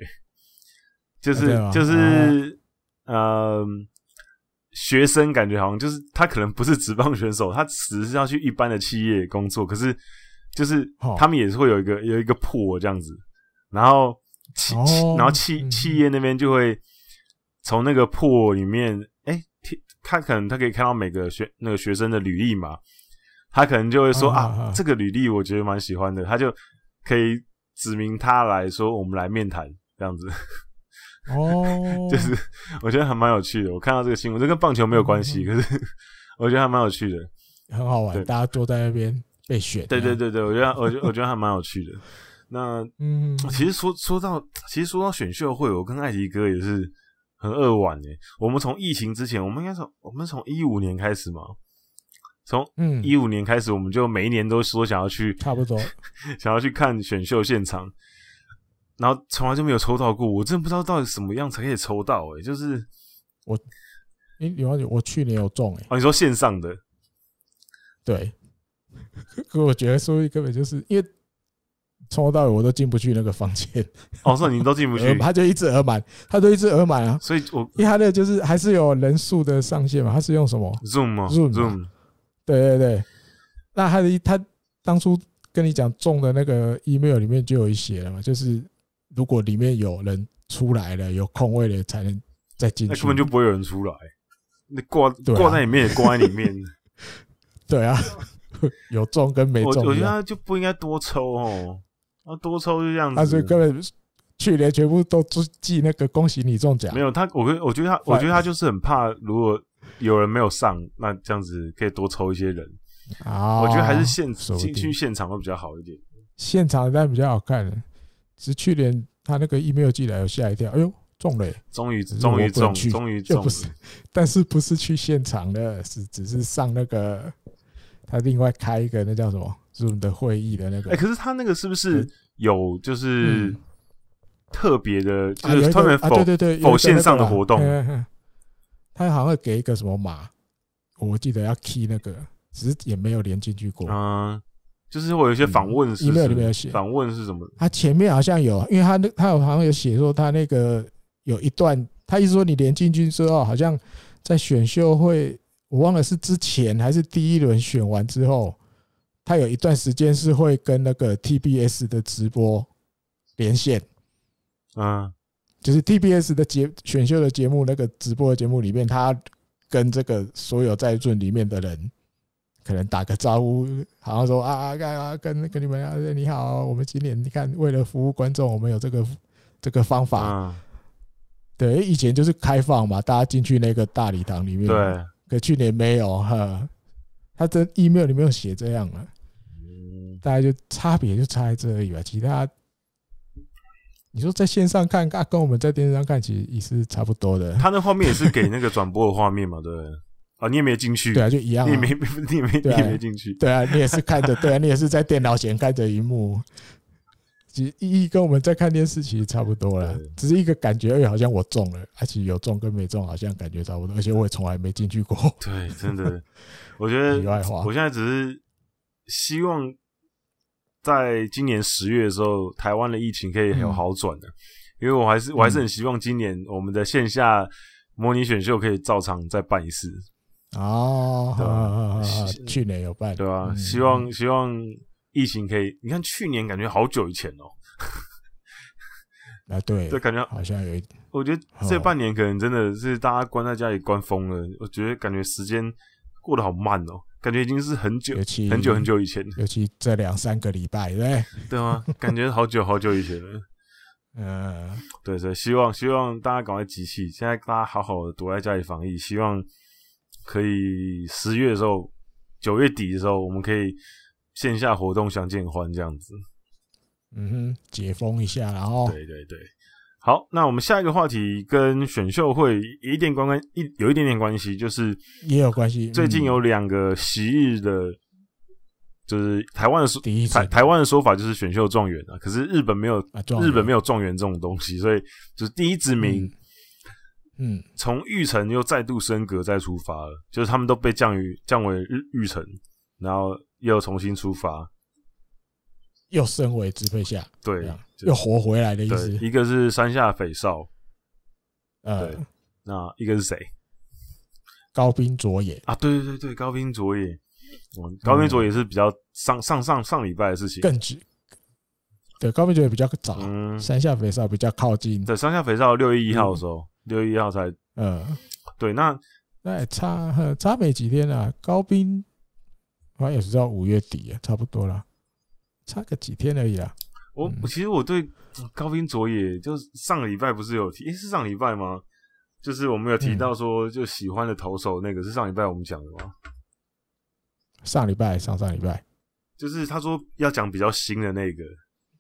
就是、啊对啊哦就是、呃，学生感觉好像就是他可能不是职棒选手，他只是要去一般的企业工作，可是就是哦他们也是会有一个有一个破这样子，然后企企哦然后企嗯企业那边就会从那个破里面，哎、贴他可能他可以看到每个学那个学生的履历嘛，他可能就会说啊啊啊啊这个履历我觉得蛮喜欢的，他就可以指明他来说，我们来面谈这样子，哦， 就是我觉得还蛮有趣的。我看到这个新闻，这跟棒球没有关嗯系，可是 我觉得还蛮有趣的。很好玩对，大家坐在那边被选。啊对对，对对，我觉得我觉得我觉得还蛮有趣的。那嗯，其实说说到，其实说到选秀会，我跟艾迪哥也是很扼腕诶。我们从疫情之前，我们应该从我们从一五年开始嘛，从嗯，一五年开始，我们就每一年都说想要去差不多。想要去看选秀现场，然后从来就没有抽到过。我真的不知道到底什么样才可以抽到诶、就是你你忘记我去年有中哎、哦，你说线上的对， 可我觉得说不定根本就是因为从头到尾我都进不去那个房间，哦，算你都进不额去， 满他就一直额满，他就一直额满啊，所以我因为他的就是还是有人数的上限嘛，他是用什么？ Zoom 哦 Zoom 啊 Zoom 对对对，那他的他当初跟你讲中的那个 email 里面就有一写了嘛，就是如果里面有人出来了，有空位了才能再进那去根，本就不会有人出来，那挂对啊挂在里面也挂在里面。对啊， 有中跟没我中我一觉得样，他就不应该多抽哦，要多抽就这样他啊所以子。根本去年全部都记那个恭喜你中奖没，有他，我跟我觉得他，我觉得他就是很怕，如果有人没有上，那这样子可以多抽一些人。啊，我觉得还是现说不进定去现场会比较好一点。现场但比较好看，只是去年他那个 email 寄来，我吓一跳，哎呦中了耶、终于只是终于我不中，能去终于就中不，是，但是不是去现场的，是只是上那个他另外开一个那叫什么 Zoom 的会议的那哎、个，可是他那个是不是有就是嗯特别的，就啊有是一特个别啊否、对对对，有一否个线上的那个啦活动嗯嗯嗯他好像会给一个什么码，我记得要 key 那个，只是也没有连进去过。嗯，就是我有一些访问是嗯，email 什里面么有写访问是什么？他前面好像有，因为他那他有好像有写说他那个有一段，他意思说你连进去之后，好像在选秀会，我忘了是之前还是第一轮选完之后，他有一段时间是会跟那个 TBS 的直播连线，嗯，就是 TBS 的节选秀的节目那个直播的节目里面，他跟这个所有在座里面的人。可能打个招呼，好像说啊啊啊啊，跟跟你们啊，你好，我们今年你看，为了服务观众，我们有这个这个方法。嗯，对，因为以前就是开放嘛，大家进去那个大礼堂里面。对，。可去年没有哈，他这 email 里面有写这样了，嗯大概就差别就差在这而已吧，其他。你说在线上看，啊，跟我们在电视上看，其实也是差不多的。他那画面也是给那个转播的画面嘛， 对不对？啊，你也没进去，对啊，就一 样、你也啊。没你也没你对啊也没进去， 对啊，你也是看着，对啊，你也是在电脑前看着荧幕，其实意义跟我们在看电视其实差不多了对，只是一个感觉，哎，好像我中了，而且有中跟没中好像感觉差不多，而且我也从来没进去过。对，真的，我觉 得题外话嗯我现在只是希望在今年十月的时候，台湾的疫情可以有嗯好转的、因为我还是我还是很希望今年我们的线下模拟选秀可以照常再办一次，哦，对啊啊是去年有办，对吧、嗯希望希望疫情可以，你看去年感觉好久以前哦、啊，对就，感觉好像有一我觉得这哦半年可能真的是大家关在家里关疯了，我觉得感觉时间过得好慢哦、感觉已经是很久尤其很久很，久以前了，尤其这两三个礼拜，对，对吗？感觉好久好久以前了。嗯，对，所以希望希望大家赶快集气，现在大家好好的躲在家里防疫，希望可以十月的时候、九月底的时候，我们可以线下活动相见欢这样子。嗯哼，解封一下，哦然后对对对，好，那我们下一个话题跟选秀会有一点关关一有一点点关系，就是也有关系。最近嗯有两个昔日的，就是台湾的说第一台次台湾的说法就是选秀状元啊，可是日本没有啊，状日元本没有状元这种东西，所以就是第一指名。嗯嗯，从玉城又再度升格再出发了，就是他们都被降于降为玉玉城，然后又重新出发，又升为支配下，这对样，就啊又活回来的意对，思。一个是山下斐少，呃对，那一个是谁高滨佐野啊？对对对对，高滨佐野，嗯高滨佐野是比较上上上上礼拜的事情，更直，对，高滨佐野比较早，嗯，山下肥少比较靠近，对，山下肥皂六月一嗯号的时候，六月一号才呃，对。那那也差呵差没几天啦、高滨好像也是到五月底啊，差不多啦，差个几天而已啦。我、嗯我其实我对高滨佐野，就是上个礼拜不是有提，诶是上礼拜吗？就是我们有嗯提到说，就喜欢的投手那个、是上礼拜我们讲的吗？上礼拜、上上礼拜，就是他说要讲比较新的那个，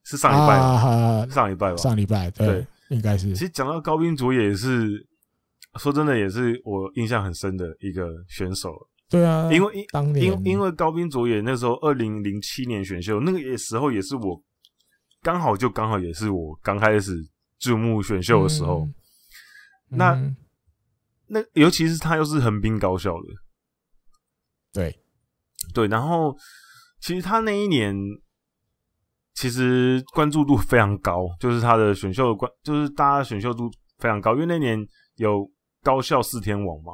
是上礼拜吗、啊，上礼拜吧。上礼拜对对，应该是其实讲到高滨佐野是，说真的也是我印象很深的一个选手，对啊，因为因当年因因为高滨佐野那时候二零零七年选秀，那个也时候也是我刚好就刚好也是我刚开始注目选秀的时候，嗯那嗯那尤其是他又是横滨高校的，对对，然后其实他那一年其实关注度非常高，就是他的选秀关，就是大家选秀度非常高，因为那年有高校四天王嘛。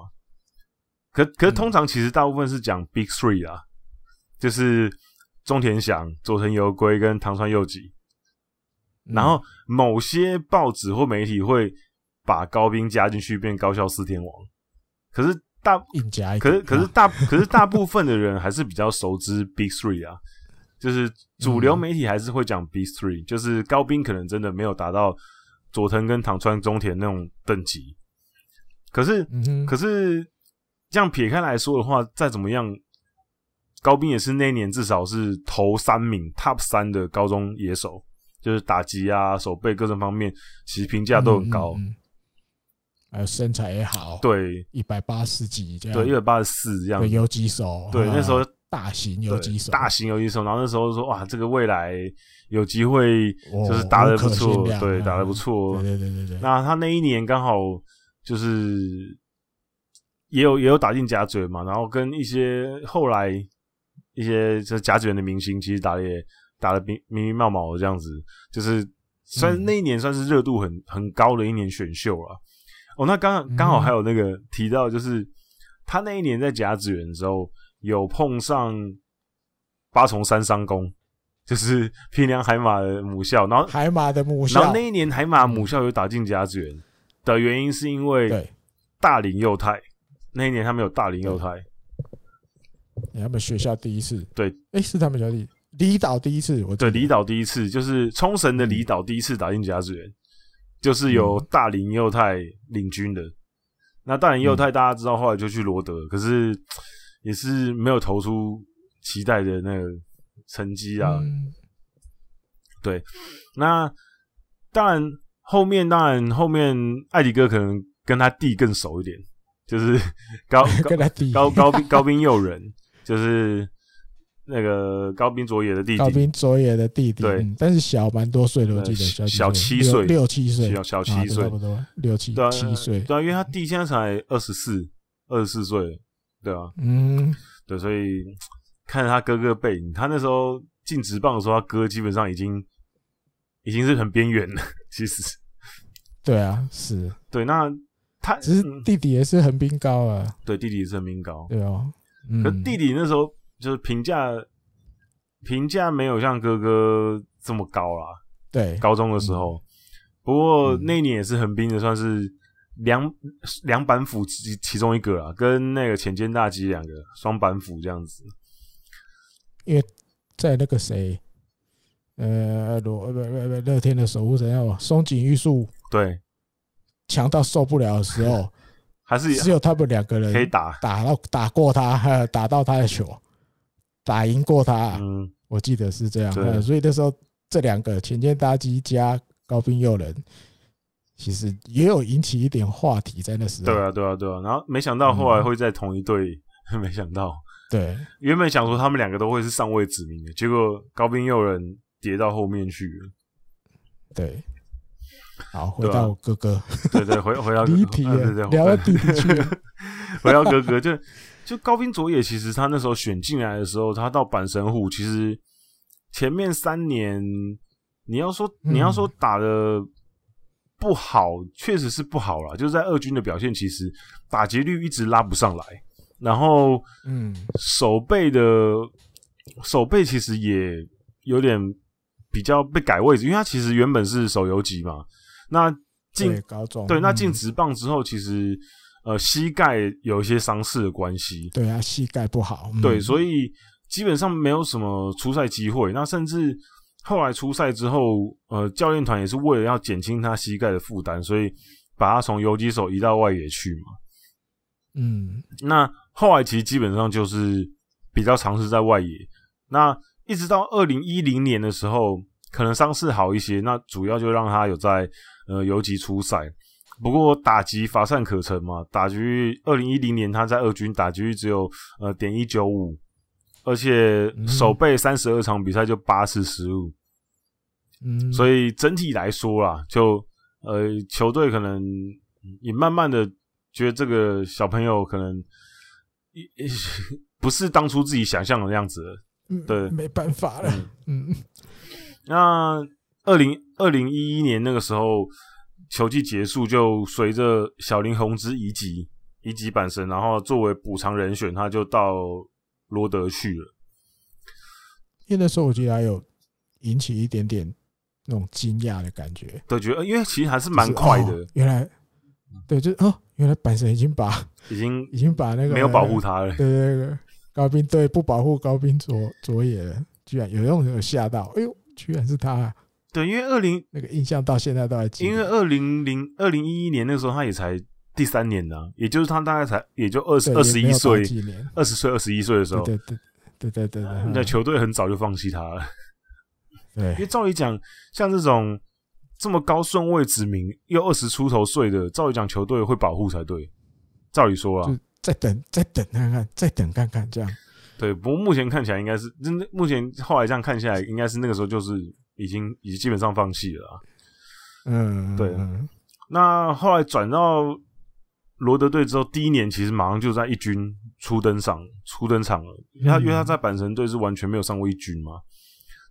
可可是通常其实大部分是讲 Big Three 啊，就是中田翔、佐藤由圭跟唐川佑己，嗯然后某些报纸或媒体会把高兵加进去变高校四天王，可是大硬夹一可点是啊，可是大 可是大部分的人还是比较熟知 Big Three 啊，就是主嗯流媒体还是会讲 Big Three，、就是高兵可能真的没有达到佐藤跟唐川中田那种等级。可是嗯哼，可是这样撇开来说的话，再怎么样，高兵也是那一年至少是头三名 Top 三的高中野手，就是打击啊、手背各种方面，其实评价都很高。嗯嗯嗯还有身材也好，，对一百八十几这样，对，一百八十四这样对，游击手，对，那时候啊大型游对，击手，大型游击手。然后那时候说哇，这个未来有机会哦就是打得不无可错限，量对，嗯打得不错对。对对对对，那他那一年刚好就是也有也有打进甲嘴嘛，然后跟一些后来一些这甲子园的明星，其实打的也打的明明明冒冒的这样子，就是算、嗯那一年算是热度很很高的一年选秀了。哦，那刚嗯刚好还有那个提到，就是他那一年在甲子园的时候有碰上八重山商工，就是平良海马的母校，然后海马的母然后校那，一年海马母校有打进甲子园的原因，是因为对，大林幼太那一年他们有大林幼太，他们学校第一次，对，哎，是他们学校第一离岛第一次，我记对得离岛第一次就是冲绳的离岛第一次打进甲子园，就是由嗯大林幼太领军的。那大林幼嗯太大家知道，后来就去罗德，可是嘖也是没有投出期待的那个成绩啊，嗯那当然，后面当然后面艾迪哥可能跟他弟更熟一点，就是 高跟他弟高高高兵高兵诱人，就是那个高兵佐野的弟高弟，滨佐野的弟弟，对嗯但是小蛮多岁的，我记呃得小几七六岁六七岁，小小啊七对岁差，不多六七对啊七岁，对啊，因为他弟现在才二十四，二十四岁，对啊，嗯，对，所以看着他哥哥背影，他那时候进职棒的时候，他哥基本上已经已经是很边缘了，其实对啊，是，对，那他只是嗯弟弟也是横滨高啊，对弟弟是很敏感，对哦，嗯可，弟弟那时候就是评价评价没有像哥哥这么高啦，对，高中的时候。不过嗯那一年也是横滨的，算是两两板斧其其中一个啦，跟那个浅间大基两个双板斧这样子。在那个谁，呃，罗呃不不不乐天的守护神叫什么松井玉树对，强到受不了的时候，还 是啊只有他们两个可以人打。打到打过他， 还有打到他的球，打赢过他，嗯，我记得是这样。对呃所以那时候这两个前间搭机加高滨佑人，其实也有引起一点话题在那时候。对啊，对啊，对啊。然后没想嗯到后来会在同一队， 没想到对原本想说他们两个都会是上位指名的，结果高滨佑人跌到后面去了。对好，回对啊到我哥哥对对，回回到离题啊了对对， 聊到弟弟去了。回到哥哥，就就高滨佐也，其实他那时候选进来的时候，他到阪神虎，其实前面三年，你要说嗯你要说打的不好，确实是不好啦，就是在二军的表现，其实打击率一直拉不上来，然后嗯，手背的手背其实也有点比较被改位置，因为他其实原本是手游级嘛，那进对高中对，那嗯进直棒之后，其实呃膝盖有一些伤势的关系，对啊，膝盖不好，嗯对，所以基本上没有什么出赛机会。那甚至后来出赛之后，呃，教练团也是为了要减轻他膝盖的负担，所以把他从游击手移到外野去嘛。嗯，那后来其实基本上就是比较尝试在外野。那一直到二零一零年的时候，可能伤势好一些，那主要就让他有在呃游击出赛。不过打击乏善可陈嘛，打击二零一零年他在二军打击率只有呃点一九五，而且嗯守备三十二场比赛就八次失误，嗯，所以以整体来说啦，就呃球队可能也慢慢的觉得这个小朋友可能 不是当初自己想象的样子了对没办法了，嗯那二零二零一一年那个时候，球季结束，就随着小林宏之移籍，移籍阪神，然后作为补偿人选，他就到罗德去了。因为那时候我记得还有引起一点点那种惊讶的感觉，对，觉得呃因为其实还是就蛮是快的，哦原来对，就是哦，原来阪神已经把已经已经把那个没有保护他了。对对对，高兵对不保护高兵佐佐野了，居然有那种有吓到，哎呦，居然是他，对，因为二零那个印象到现在都还记得。因为二零零二零一一年那时候他也才第三年呢、也就是他大概才也就二十对二十也没一有岁到，几年，二十岁二十一岁的时候，对对嗯对对对对对，那球队很早就放弃他了。 因为对照理讲，像这种这么高顺位指名又二十出头岁的，照理讲球队会保护才对。照理说啊就，再等再等看看，再等看看这样。对。不过目前看起来应该是，真的目前后来这样看下来，应该是那个时候就是已经已经基本上放弃了啊。嗯，对嗯那后来转到罗德队之后，第一年其实马上就在一军初登场，初登场了。因为他、因为他在阪神队是完全没有上过一军嘛。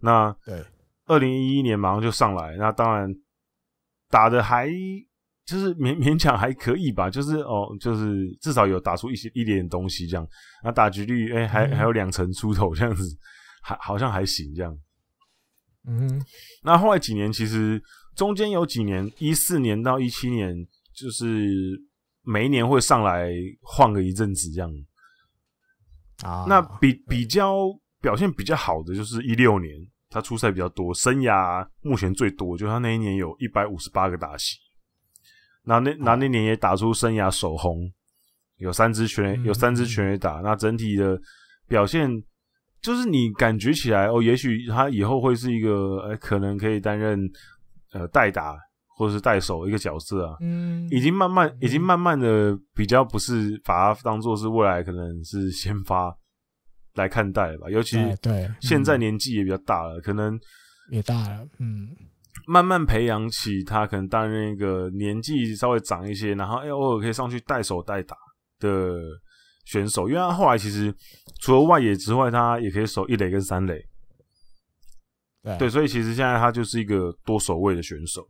那对，二零一一年马上就上来，那当然打的还就是勉勉强还可以吧，就是哦，就是至少有打出一些一点东西这样。那打局率哎、还嗯还有两成出头这样子，还好像还行这样。嗯那后来几年其实中间有几年，一四年到一七年，就是每一年会上来晃个一阵子这样。啊，那比比较表现比较好的就是一六年，他出赛比较多，生涯目前最多，就他那一年有一百五十八个打席，那哦那那那年也打出生涯首轰，有三支全嗯有三支全垒打，那整体的表现就是你感觉起来哦，也许他以后会是一个呃，可能可以担任呃代打或是代手一个角色啊，嗯已经慢慢，已经慢慢的比较不是把它当做是未来可能是先发来看待了吧，尤其哎对，嗯现在年纪也比较大了，可能也大了，嗯慢慢培养起他可能担任一个年纪稍微长一些，然后哎、偶尔可以上去带手带打的选手，因为他后来其实除了外野之外，他也可以守一垒跟三垒，对对，所以其实现在他就是一个多守卫的选手。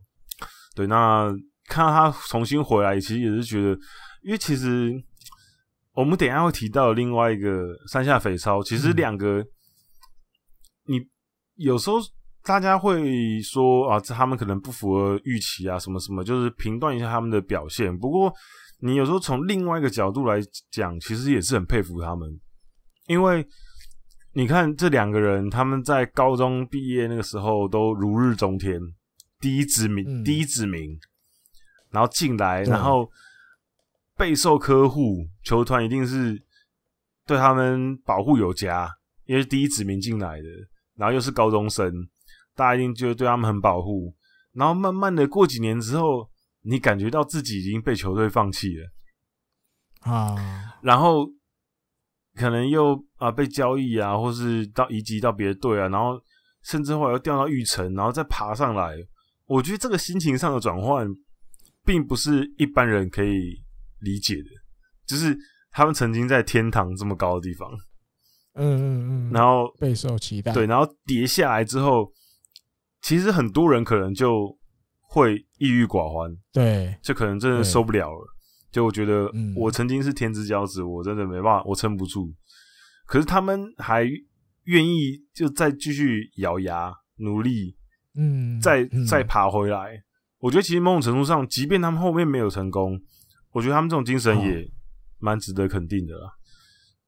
对，那看到他重新回来，其实也是觉得，因为其实我们等一下会提到另外一个山下匪超，其实嗯两个、你有时候大家会说啊，这他们可能不符合预期啊，什么什么，就是评断一下他们的表现。不过你有时候从另外一个角度来讲，其实也是很佩服他们，因为你看这两个人，他们在高中毕业那个时候都如日中天，第一指名，嗯第一指名，然后进来，对然后备受呵护，球团一定是对他们保护有加，因为是第一指名进来的，然后又是高中生，大家一定就对他们很保护。然后慢慢的过几年之后，你感觉到自己已经被球队放弃了，啊，然后可能又啊被交易啊，或是到移籍到别的队啊，然后甚至后来又掉到玉城，然后再爬上来。我觉得这个心情上的转换，并不是一般人可以理解的，就是他们曾经在天堂这么高的地方，嗯嗯嗯，然后备受期待，对，然后跌下来之后，其实很多人可能就会抑郁寡欢，对就可能真的对受不了了。就我觉得嗯我曾经是天之骄子，我真的没办法，我撑不住。可是他们还愿意就再继续咬牙努力，嗯，再嗯再爬回来。我觉得其实某种程度上，即便他们后面没有成功，我觉得他们这种精神哦也蛮值得肯定的啦。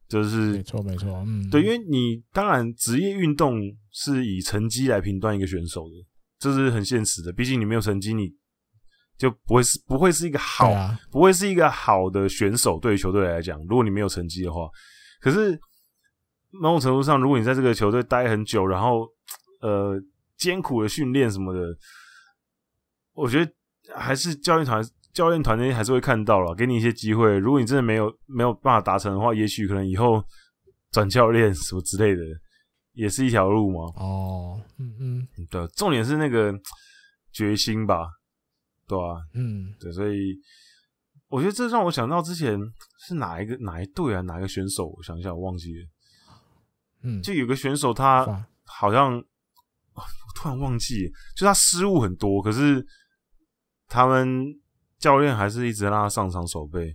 就没是错没错，嗯，对，因为你当然职业运动是以成绩来评断一个选手的，这是很现实的。毕竟你没有成绩，你就不会是不会是一个好对啊，不会是一个好的选手对于球队来讲，如果你没有成绩的话。可是某种程度上，如果你在这个球队待很久，然后呃艰苦的训练什么的，我觉得还是教练团教练团那些还是会看到了，给你一些机会。如果你真的没有没有办法达成的话，也许可能以后转教练什么之类的，也是一条路嘛。哦，嗯嗯对，啊重点是那个决心吧，对啊，嗯，对，所以我觉得这让我想到之前是哪一个哪一队啊，哪个选手？我想一下，我忘记了。嗯，就有个选手，他发好像啊我突然忘记了，就他失误很多，可是他们教练还是一直让他上场守备，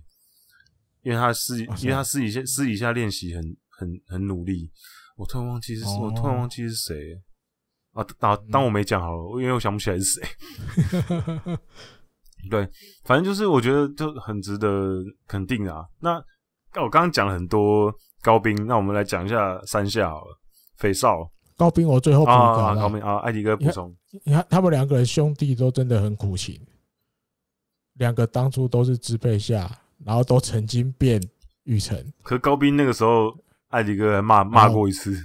因为他私底啊是因为他私底下私底下练习很很很努力。我突然忘记是、哦我突然忘记是谁啊！当当我没讲好了，因为我想不起来是谁。对，反正就是我觉得就很值得肯定啊。那我刚刚讲了很多高兵，那我们来讲一下山下好了。肥少 高兵，我最后补一啊，个哦好不高好，兵啊，艾迪哥补充你看他们两个人兄弟都真的很苦情，两个当初都是支配下，然后都曾经变玉成，可高兵那个时候，艾迪哥还哦骂骂过一次，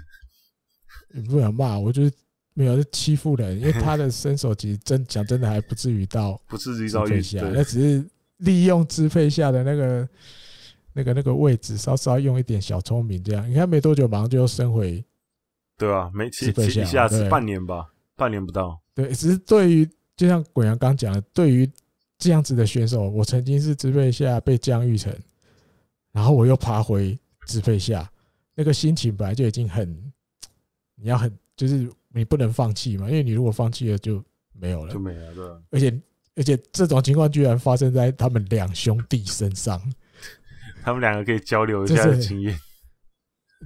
你不想骂我，就是没有是欺负人，因为他的身手其实真讲真的还不至于到不是一支遭遇配下，那对只是利用支配下的那个那个那个位置，稍稍用一点小聪明这样，你看没多久马上就升回，对啊，没其基本其一下下子对半年吧，半年不到，对，只是对于就像鬼阳刚讲的，对于这样子的选手，我曾经是支配下被降育成，然后我又爬回支配下，那个心情本来就已经很，你要很就是你不能放弃嘛，因为你如果放弃了就没有了就，没了，对 啊而且而且这种情况居然发生在他们两兄弟身上，他们两个可以交流一就下是经验，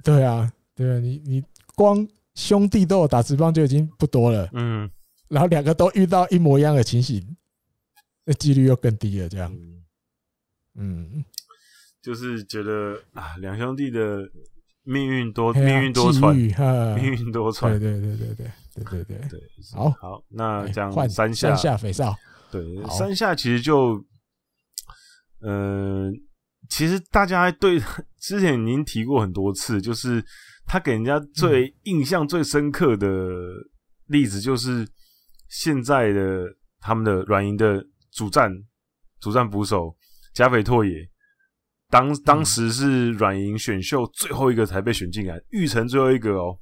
对啊，对啊，你你光兄弟都有打直棒就已经不多了， 嗯，然后两个都遇到一模一样的情形，那几率又更低了，这样。嗯嗯，就是觉得啊，两兄弟的命运多嘿啊命运多际舛，遇哈，命运多舛对，对对对对对对对，对，好好，那哎讲换山山下肥皂，对，好山下其实就，呃，其实大家对 之前已经提过很多次，就是他给人家嗯最印象最深刻的例子，就是现在的他们的软银的主战主战捕手加斐拓也。当嗯当时是软银选秀最后一个才被选进来，玉成最后一个哦，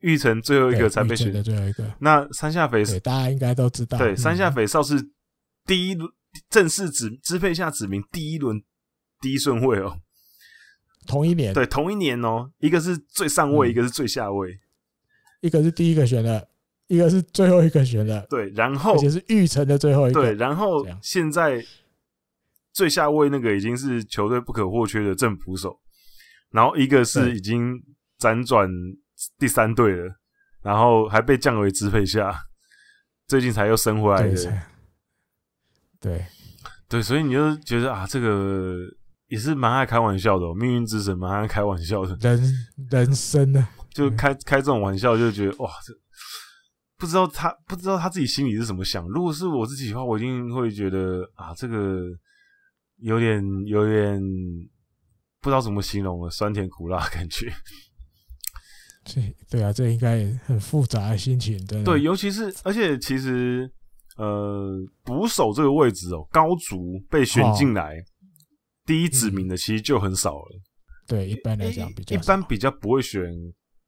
玉成最后一个对才被遇见选的。最后一个，那山下肥对，大家应该都知道，对，嗯山下肥少是第一轮正式指支配下指名第一轮第一顺位哦。同一年，对，同一年哦，一个是最上位，哎嗯一个是最下位。一个是第一个选的，一个是最后一个选的，对，然后而且是玉成的最后一哦对，个，然后这样现在最下位那个已经是球队不可或缺的正捕手，然后一个是对已经辗转第三队了，然后还被降为支配下，最近才又升回来对，的。才对，对，所以你就觉得啊，这个也是蛮爱开玩笑的、哦，命运之神蛮爱开玩笑的，人人生呢，就开开这种玩笑，就觉得哇，这不知道他不知道他自己心里是怎么想。如果是我自己的话，我一定会觉得啊，这个有点有点不知道怎么形容了，酸甜苦辣的感觉。这对啊，这应该也很复杂的心情，真 的，对，尤其是而且其实呃，捕手这个位置哦，高足被选进来、第一指名的，其实就很少了。对，一般来讲比较一般少比较不会选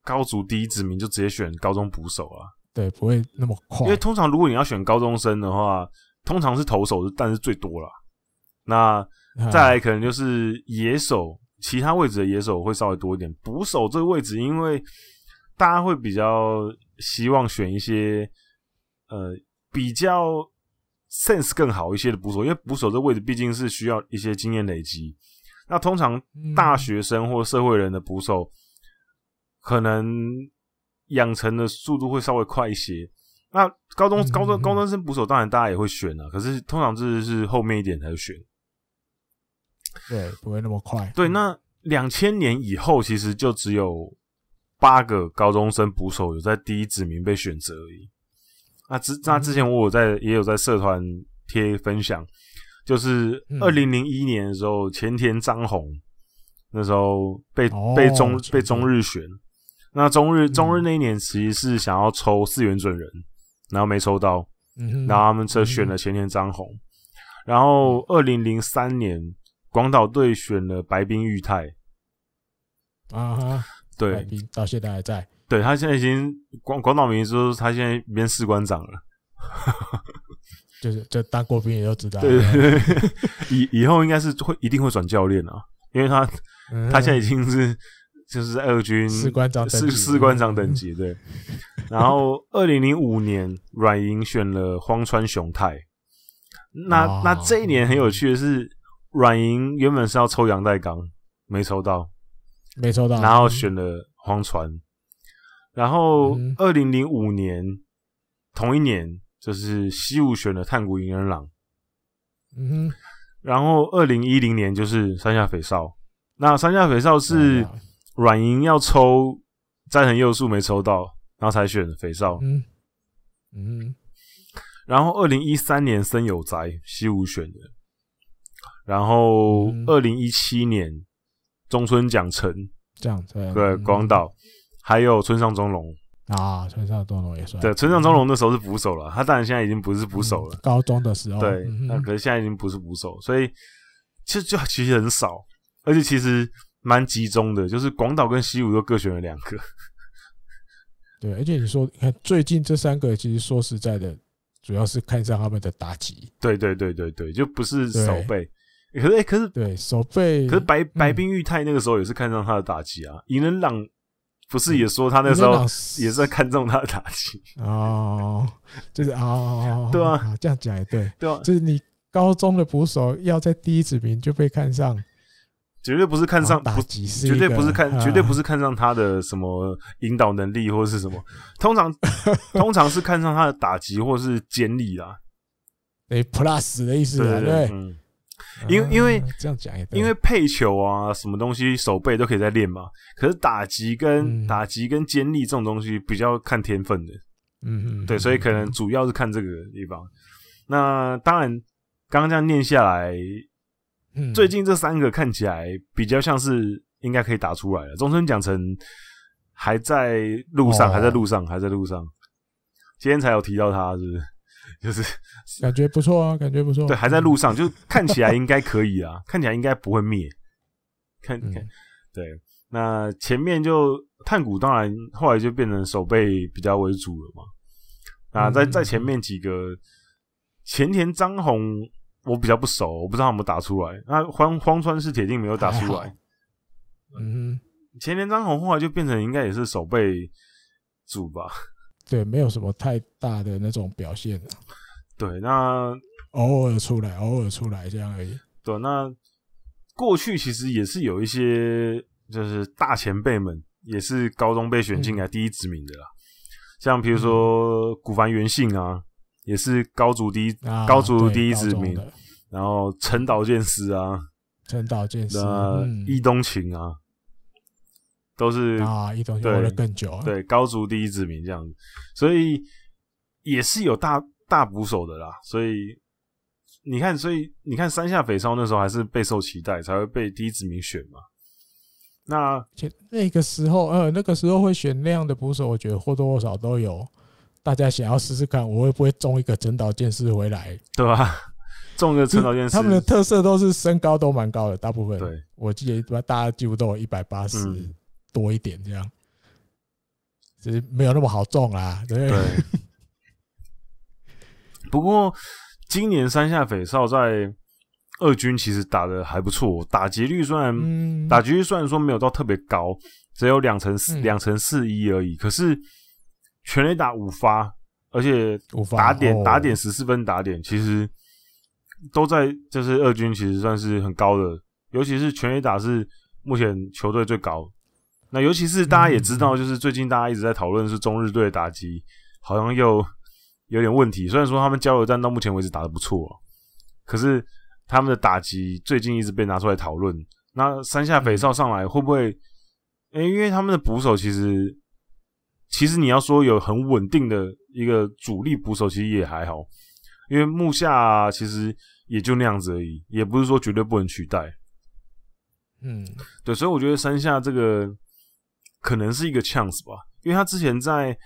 高足第一指名，就直接选高中捕手啊。对不会那么快因为，通常如果你要选高中生的话，通常是投手，但是最多啦。那啊再来可能就是野手，其他位置的野手会稍微多一点。捕手这个位置，因为大家会比较希望选一些呃比较 sense 更好一些的捕手，因为捕手这位置毕竟是需要一些经验累积。那通常嗯大学生或社会人的捕手，可能养成的速度会稍微快一些。那高中、嗯高中、嗯高中生捕手当然大家也会选啊，可是通常这是后面一点才会选。嗯对，不会那么快。对，那两千年以后，其实就只有八个高中生捕手有在第一指名被选择而已。那之那之前我有在也有在社团贴分享，就是嗯二零零一年的时候，前田张宏那时候被、哦被中前田被中日选，那中日嗯中日那一年其实是想要抽四元准人，然后没抽到，嗯嗯哼，然后他们这选了前田张宏，然后二零零三年广岛队选了白冰裕太，啊哈，白对，冰到现在还在。对他现在已经广广岛明说他现在变士官长了，就是就当过兵也就知道了，对对对， 以以后应该是会一定会转教练啊，因为他嗯他现在已经是就是在二军士官长等级士士官长等级 对，然后二零零五年软银选了荒川雄太，那、哦那这一年很有趣的是，软银原本是要抽杨代刚，没抽到，没抽到，然后选了荒川，然后嗯二零零五年同一年就是西武选了炭谷银人郎，嗯哼，然后二零一零年就是山下肥少，那山下肥少哎是软银要抽斋藤佑树没抽到，然后才选肥少，嗯嗯然后二零一三年森友哉西武选的，然后嗯二零一七年中村奖成这样子对广岛，还有村上中龙。啊，村上多龙也算对，村上中龙那时候是捕手了，他当然现在已经不是捕手了嗯。高中的时候，对，嗯那可是现在已经不是捕手，所以其实就其实很少，而且其实蛮集中的，就是广岛跟西武都各选了两个。对，而且你说，你看最近这三个，其实说实在的，主要是看上他们的打击，对对对对对，就不是对手背。可是、欸可是对手背，可是白白嗯冰玉太那个时候也是看上他的打击啊，伊能朗不嗯是也说他那个时伊候能朗也是在看中他的打击，哦，就是哦，对啊好，这样讲也对，对啊吧、就是你高中的捕手要在第一指名就被看上，绝对不是看上然后不哦打。击是一绝个，对不是看，啊绝对不是看上他的什么引导能力或是什么，通常通常是看上他的打击或是监理 啊，等于 plus 的意思对啊，对对，嗯，因为啊因为这样讲也对，因为配球啊，什么东西手背都可以再练嘛。可是打击跟、嗯打击跟监力这种东西比较看天分的，嗯嗯，对，所以可能主要是看这个地方。那当然，刚刚这样念下来，嗯最近这三个看起来比较像是应该可以打出来了。中村奖成还在路上，哦还在路上，还在路上。今天才有提到他，是不是？就是感觉不错啊，感觉不错，对，还在路上，就看起来应该可以啊，看起来应该不会灭。看嗯，看，对，那前面就炭谷，当然后来就变成手背比较为主了嘛。啊，嗯在在前面几个前田张宏我比较不熟，我不知道他有没有打出来。那荒荒川是铁定没有打出还来好，嗯哼，前田张宏后来就变成应该也是手背主吧。对，没有什么太大的那种表现啊，对，那偶尔出来，偶尔出来这样而已，对那过去其实也是有一些就是大前辈们也是高中被选进来第一指名的啦，像比如说古凡元信啊，也是高足第一啊，高足对第一高指中名的然后陈岛健司啊，陈岛健司那嗯伊东勤啊，都是、啊，一东就对活得更久啊，对高足第一指名这样子，所以也是有大大捕手的啦。所以你看，所以你看山下肥烧那时候还是备受期待，才会被第一指名选嘛。那且那个时候，呃，那个时候会选那样的捕手，我觉得或多或少都有。大家想要试试看，我会不会中一个整岛剑士回来？对吧？中个陈岛健司他，们的特色都是身高都蛮高的，大部分。对，我记得一般大家几乎都有一百八十嗯多一点这样，只是没有那么好中啦。对，对。嗯 不过今年山下肥少在二军其实打的还不错，打击率虽然、嗯，打击率虽然说没有到特别高，只有两成四嗯两成四一而已，可是全垒打五发，而且五发打点、哦打点十四分打点，其实都在就是二军其实算是很高的，尤其是全垒打是目前球队最高。那尤其是大家也知道，就是最近大家一直在讨论是中日队的打击好像又有点问题，虽然说他们交流战到目前为止打得不错、可是他们的打击最近一直被拿出来讨论。那山下肥少上来会不会？诶、因为他们的捕手其实，其实你要说有很稳定的一个主力捕手，其实也还好。因为木下、其实也就那样子而已，也不是说绝对不能取代。嗯对，所以我觉得山下这个可能是一个 chance 吧，因为他之前在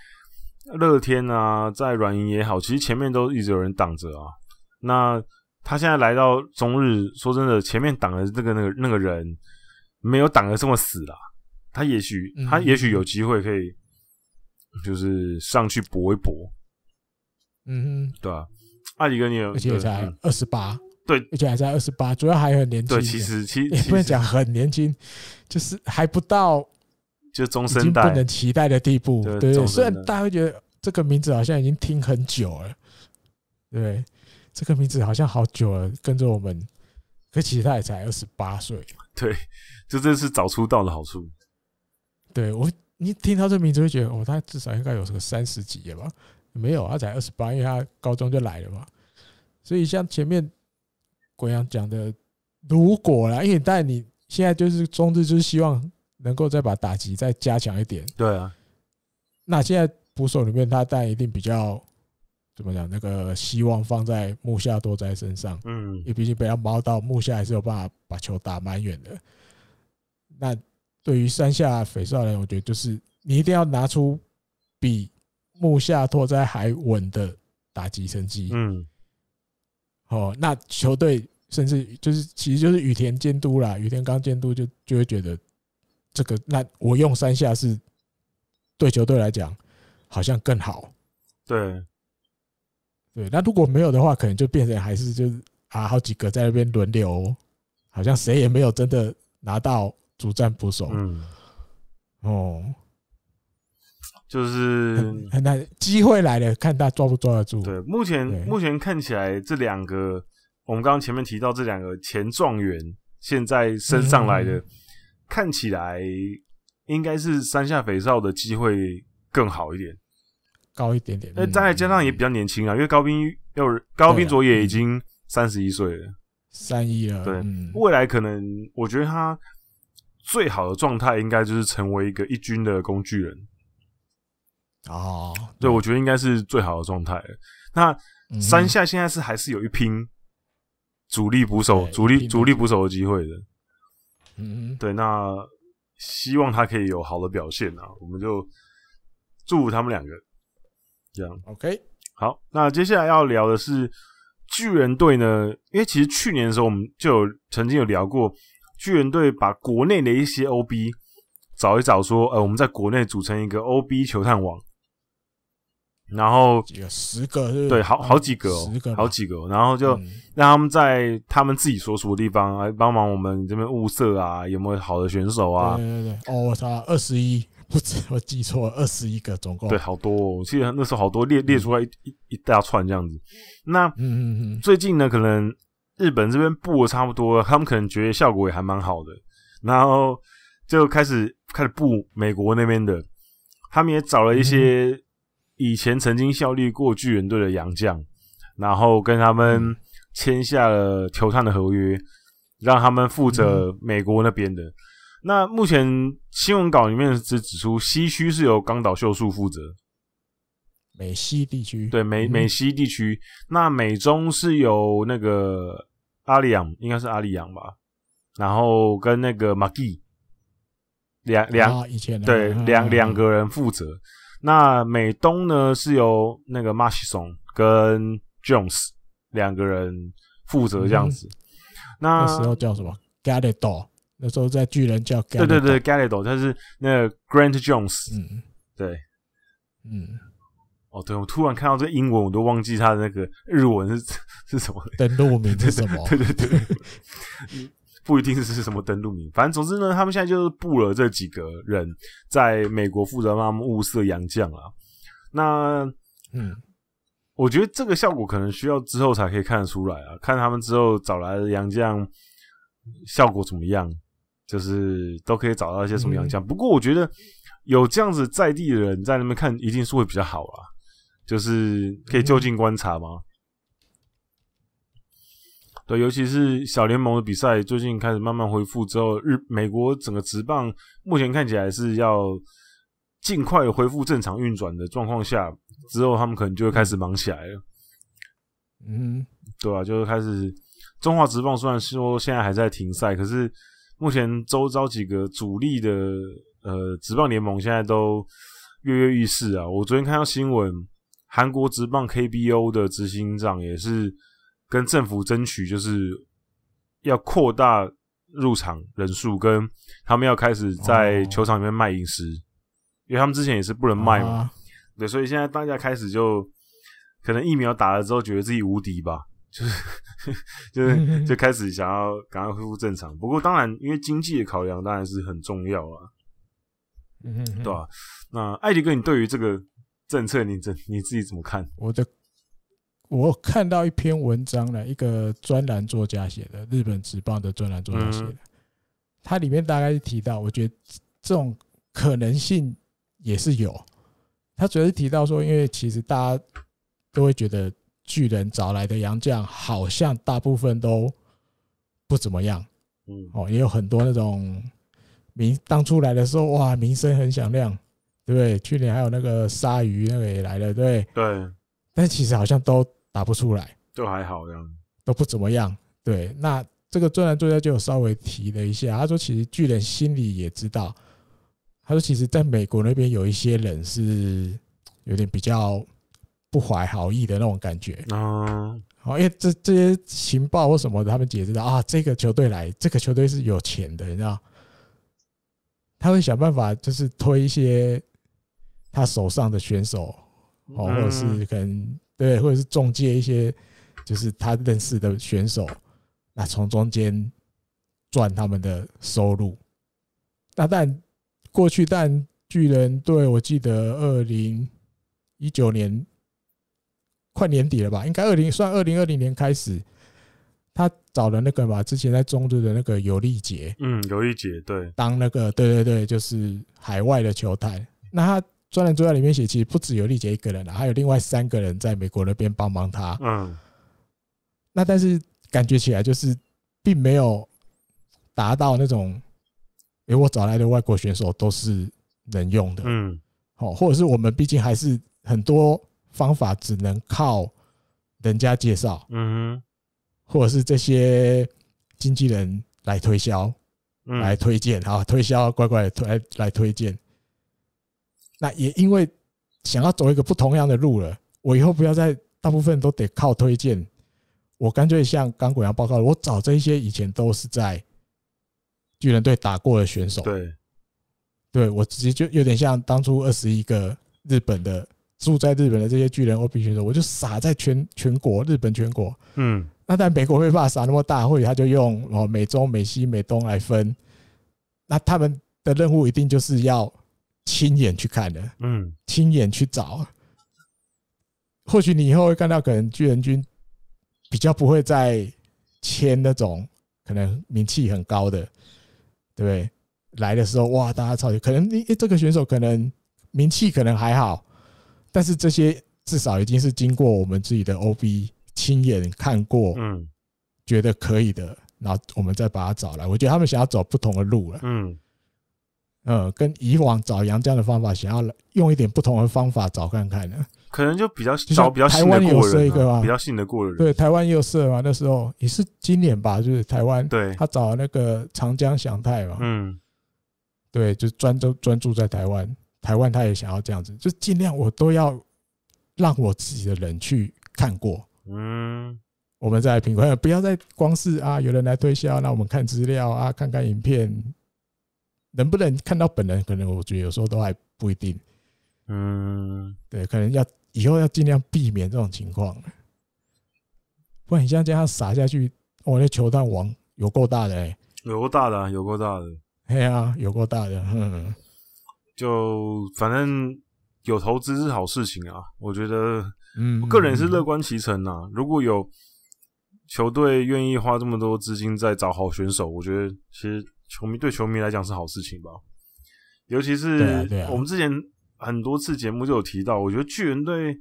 乐天啊，在软银也好，其实前面都一直有人挡着啊。那他现在来到中日，说真的，前面挡的那个那个那个人没有挡的这么死啦，他也许嗯他也许有机会可以，就是上去搏一搏，嗯哼，对啊吧、阿里哥，你有而且也才嗯二十八，对而且还在二十八，主要还很年轻。对，其实其也其不能实讲很年轻，就是还不到就中已经生不代能期待的地步。对对对中生代对，虽然大家会觉得这个名字好像已经听很久了，对，这个名字好像好久了，跟着我们，可其实他也才二十八岁。就这是早出道的好处。对我，你听到这名字会觉得，哦，他至少应该有个三十几了吧？没有，他才二十八，因为他高中就来了嘛。所以像前面国阳讲的，如果啦，因为但你现在就是中日，就是希望能够再把打击再加强一点。对啊，那现在捕手里面，他当然一定比较怎么讲，那个希望放在木下多哉身上。嗯因，为毕竟被他猫到木下还是有办法把球打蛮远的。那对于山下肥少人，我觉得就是你一定要拿出比木下拓哉还稳的打击成绩。嗯，哦，那球队甚至就是其实就是羽田监督啦，羽田刚监督就就会觉得这个，那我用山下是对球队来讲好像更好。对，对，那如果没有的话，可能就变成还是就是啊，好几个在那边轮流，好像谁也没有真的拿到主战捕手、 嗯，哦，就是很很难。机会来了，看他抓不抓得住。对，目前对目前看起来这两个，我们刚刚前面提到这两个前状元现在升上来的，嗯看起来应该是山下肥少的机会更好一嗯点。高一点点。那、嗯再加上也比较年轻啊，因为高滨又高啊滨卓嗯也已经三十一岁了，三一了，对嗯未来可能我觉得他最好的状态应该就是成为一个一军的工具人，哦，对我觉得应该是最好的状态了。那嗯山下现在是还是有一拼主力捕手、对主一力拼主力捕手的机会的。嗯对，那希望他可以有好的表现啊，我们就祝福他们两个。这样，OK，好，那接下来要聊的是巨人队呢，因为其实去年的时候我们就有曾经有聊过，巨人队把国内的一些 OB 找一找说呃，我们在国内组成一个 OB 球探网，然后有十个是不是啊对，好好几个、哦十个，吧，好几个、哦，然后就嗯让他们在他们自己所属的地方来帮忙我们这边物色啊，有没有好的选手啊？对对对，对哦，我操，二十一，不止，我记错了，二十一个总共。对，，好多、哦，我记得那时候好多列列出来一一一大串这样子。那嗯嗯嗯最近呢，可能日本这边布的差不多了，他们可能觉得效果也还蛮好的，然后就开始开始布美国那边的，他们也找了一些以前曾经效力过巨人队的洋将，然后跟他们嗯签下了球探的合约，让他们负责美国那边的。那目前新闻稿里面只指出，西区是由冈岛秀树负责，美西地区，对美嗯美西地区，那美中是由那个阿里昂，应该是阿里昂吧，然后跟那个马基两两、啊以前的对嗯两嗯两嗯个人负责。那美东呢是由那个马西松跟 Jones 两个人负责这样子。那嗯啊那时候叫什么 g a l l a d o 那时候在巨人叫 g a 对 l 对对 g a l l a d o 他是那个 Grant Jones，、嗯对嗯，哦，哦，对，我突然看到这个英文，我都忘记它的那个日文是 是什么。的路名是什么？ 对对对，不一定是什么登录名，反正总之呢，他们现在就是布了这几个人在美国负责帮他们物色洋将啊。那嗯，我觉得这个效果可能需要之后才可以看得出来啊，看他们之后找来的洋将效果怎么样，就是都可以找到一些什么洋将。不过我觉得有这样子在地的人在那边看，一定是会比较好啊，就是可以就近观察嘛。对，尤其是小联盟的比赛最近开始慢慢恢复之后，日美国整个职棒目前看起来是要尽快地恢复正常运转的状况下，之后他们可能就会开始忙起来了，嗯，对吧、啊？就会开始中华职棒虽然说现在还在停赛，可是目前周遭几个主力的呃职棒联盟现在都跃跃欲试啊。我昨天看到新闻，韩国职棒 KBO 的执行长也是跟政府争取，就是要扩大入场人数，跟他们要开始在哦球场里面卖饮食，因为他们之前也是不能卖嘛。啊对，所以现在大家开始就可能疫苗打了之后，觉得自己无敌吧，就是 就是就开始想要赶快恢复正常。不过当然，因为经济的考量当然是很重要啊，嗯，嗯嗯对啊吧、那艾迪哥，你对于这个政策你怎你自己怎么看？我的我看到一篇文章呢，一个专栏作家写的，日本职棒的专栏作家写的，它里面大概提到，我觉得这种可能性也是有。他主要是提到说，因为其实大家都会觉得巨人找来的洋将好像大部分都不怎么样，嗯，哦，也有很多那种名当初来的时候，哇，名声很响亮，对不对？去年还有那个鲨鱼那个也来了，对不对，对，但其实好像都打不出来，就还好这样。都不怎么样。对，那这个专栏作家就有稍微提了一下，他说其实巨人心里也知道，他说其实在美国那边有一些人是有点比较不怀好意的那种感觉，嗯，好，因为这这些情报或什么的，他们也知道啊，这个球队来，这个球队是有钱的，你知道，他会想办法就是推一些他手上的选手，哦，或者嗯是可能对，或者是中介一些就是他认识的选手，那从中间赚他们的收入。那但过去但巨人队，我记得二零一九年快年底了吧，应该二零算二零二零年开始，他找了那个嘛，之前在中日的那个尤利杰嗯，有一节对，当那个，对对对，就是海外的球探。那他专栏作家里面写，其实不只有利杰一个人啊啦，还有另外三个人在美国那边帮忙他。嗯那但是感觉起来就是并没有达到那种，诶、我找来的外国选手都是能用的，嗯哦，或者是我们毕竟还是很多方法只能靠人家介绍，嗯或者是这些经纪人来推销，嗯，来推荐啊，推销乖乖地推来来推荐。那也因为想要走一个不同样的路了，我以后不要再大部分都得靠推荐，我干脆像刚果阳报告的，我找这一些以前都是在巨人队打过的选手，对，对我直接就有点像当初二十一个日本的住在日本的这些巨人 OB 选手，我就撒在全全国日本全国，嗯那但美国会怕撒那么大，或许他就用哦美中、美西、美东来分。那他们的任务一定就是要亲眼去看的，嗯亲眼去找。或许你以后会看到，可能巨人军比较不会再签那种可能名气很高的，对不对？来的时候哇，大家超级可能你诶这个选手可能名气可能还好，但是这些至少已经是经过我们自己的 OB 亲眼看过，嗯觉得可以的，然后我们再把它找来。我觉得他们想要走不同的路了，嗯嗯，跟以往找杨这样的方法，想要用一点不同的方法找看看呢。可能就比较像找比较台信得湾有过的设一人个啊、嘛比较信得过的人，对，台湾也有社嘛，那时候也是今年吧，就是台湾对，他找那个长江祥泰嘛，嗯对，就专注专注在台湾，台湾他也想要这样子，就尽量我都要让我自己的人去看过，嗯。我们再来评估， 不要再光是啊有人来推销，那我们看资料啊，看看影片，能不能看到本人，可能我觉得有时候都还不一定。嗯对，可能要以后要尽量避免这种情况，不然你像这样撒下去，哦我那球蛋网有够大的、欸，有够大的啊、有够大的。哎呀、有够大的，嗯，就反正有投资是好事情啊，我觉得嗯，我个人是乐观其成啊。如果有球队愿意花这么多资金在找好选手，我觉得其实球迷对球迷来讲是好事情吧。尤其是对啊对啊我们之前很多次节目就有提到，我觉得巨人队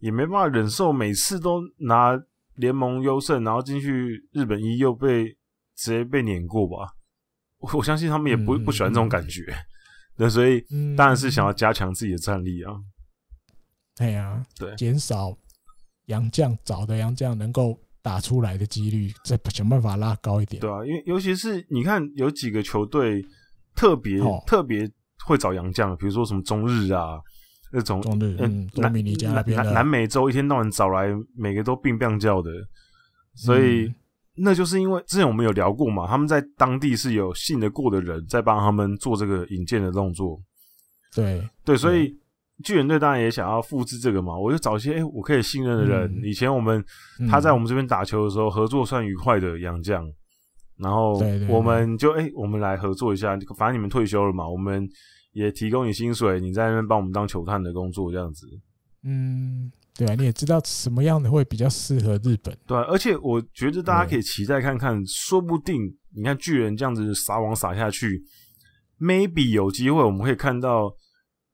也没办法忍受每次都拿联盟优胜，然后进去日本一又被直接被碾过吧。我我相信他们也不、嗯不喜欢这种感觉，那所以嗯当然是想要加强自己的战力啊。哎呀，对减少洋将找的洋将能够打出来的几率，再想办法拉高一点。对啊，因为尤其是你看有几个球队特别、哦特别会找洋将，比如说什么中日啊那种，中日，嗯，多南米尼加那边南的南南美洲一天到晚找来每个都病病叫的，所以、嗯那就是因为之前我们有聊过嘛，他们在当地是有信得过的人在帮他们做这个引荐的动作，对，对，所以巨人队当然也想要复制这个嘛，我就找一些哎、诶我可以信任的人，嗯以前我们嗯他在我们这边打球的时候合作算愉快的洋将，然后对对对我们就哎、诶我们来合作一下，反正你们退休了嘛，我们也提供你薪水，你在那边帮我们当球探的工作这样子。嗯，对啊，你也知道什么样的会比较适合日本，对啊、而且我觉得大家可以期待看看，说不定你看巨人这样子撒网撒下去，maybe 有机会我们会看到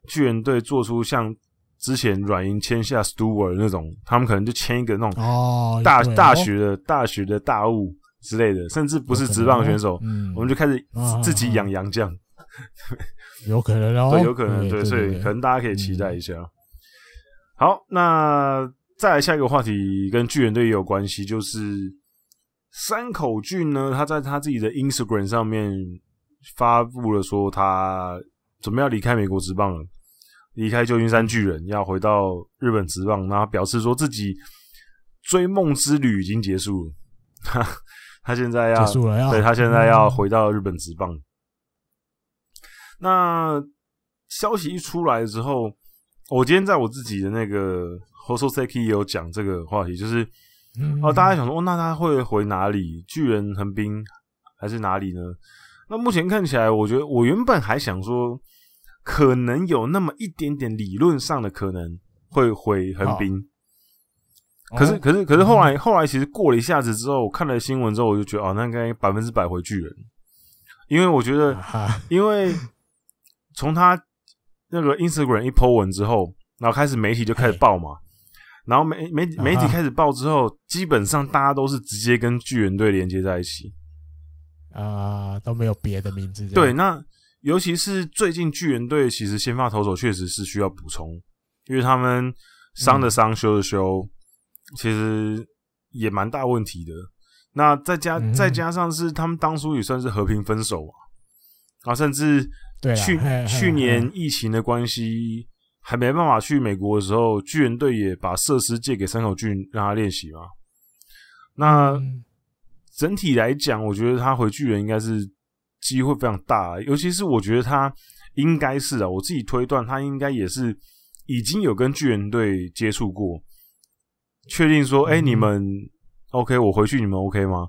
巨人队做出像之前软银签下 Stewart 那种，他们可能就签一个那种哦，大对大哦学的大学的大物之类的，甚至不是有可职能棒哦选手，嗯，我们就开始啊自己养洋将，有可能哦，对，有可能，对，对，所以可对嗯能大家可以期待一下。好，那再来下一个话题，跟巨人队也有关系，就是山口俊呢，他在他自己的 Instagram 上面发布了说他准备要离开美国职棒了，离开旧金山巨人，要回到日本职棒，然后表示说自己追梦之旅已经结束了， 他他现在要结束了要，嗯对他现在要回到日本职棒。那消息一出来之后，我今天在我自己的那个 h o s o s e k i 也有讲这个话题，就是嗯，哦，大家想说，哦，那他会回哪里？巨人、横滨还是哪里呢？那目前看起来，我觉得我原本还想说，可能有那么一点点理论上的可能会回横滨，哦可是，可是，可是后来，后来其实过了一下子之后，我看了新闻之后，我就觉得哦，那应该百分之百回巨人，因为我觉得，啊哈，因为从他那个 Instagram 一 po 文之后，然后开始媒体就开始报嘛，然后媒媒媒体啊哈开始报之后，基本上大家都是直接跟巨人队连接在一起。啊都没有别的名字，对，，那尤其是最近巨人队其实先发投手确实是需要补充，因为他们伤嗯的伤，修的修，其实也蛮大问题的。那再加、嗯再加上是他们当初也算是和平分手啊，啊，甚至对啦啊去嘿嘿去嘿年疫情的关系，还没办法去美国的时候，巨人队也把设施借给山口俊让他练习嘛。那、嗯整体来讲，我觉得他回巨人应该是机会非常大，啊尤其是我觉得他应该是啊，我自己推断他应该也是已经有跟巨人队接触过，确定说，哎、嗯你们 OK，我回去你们 OK 吗？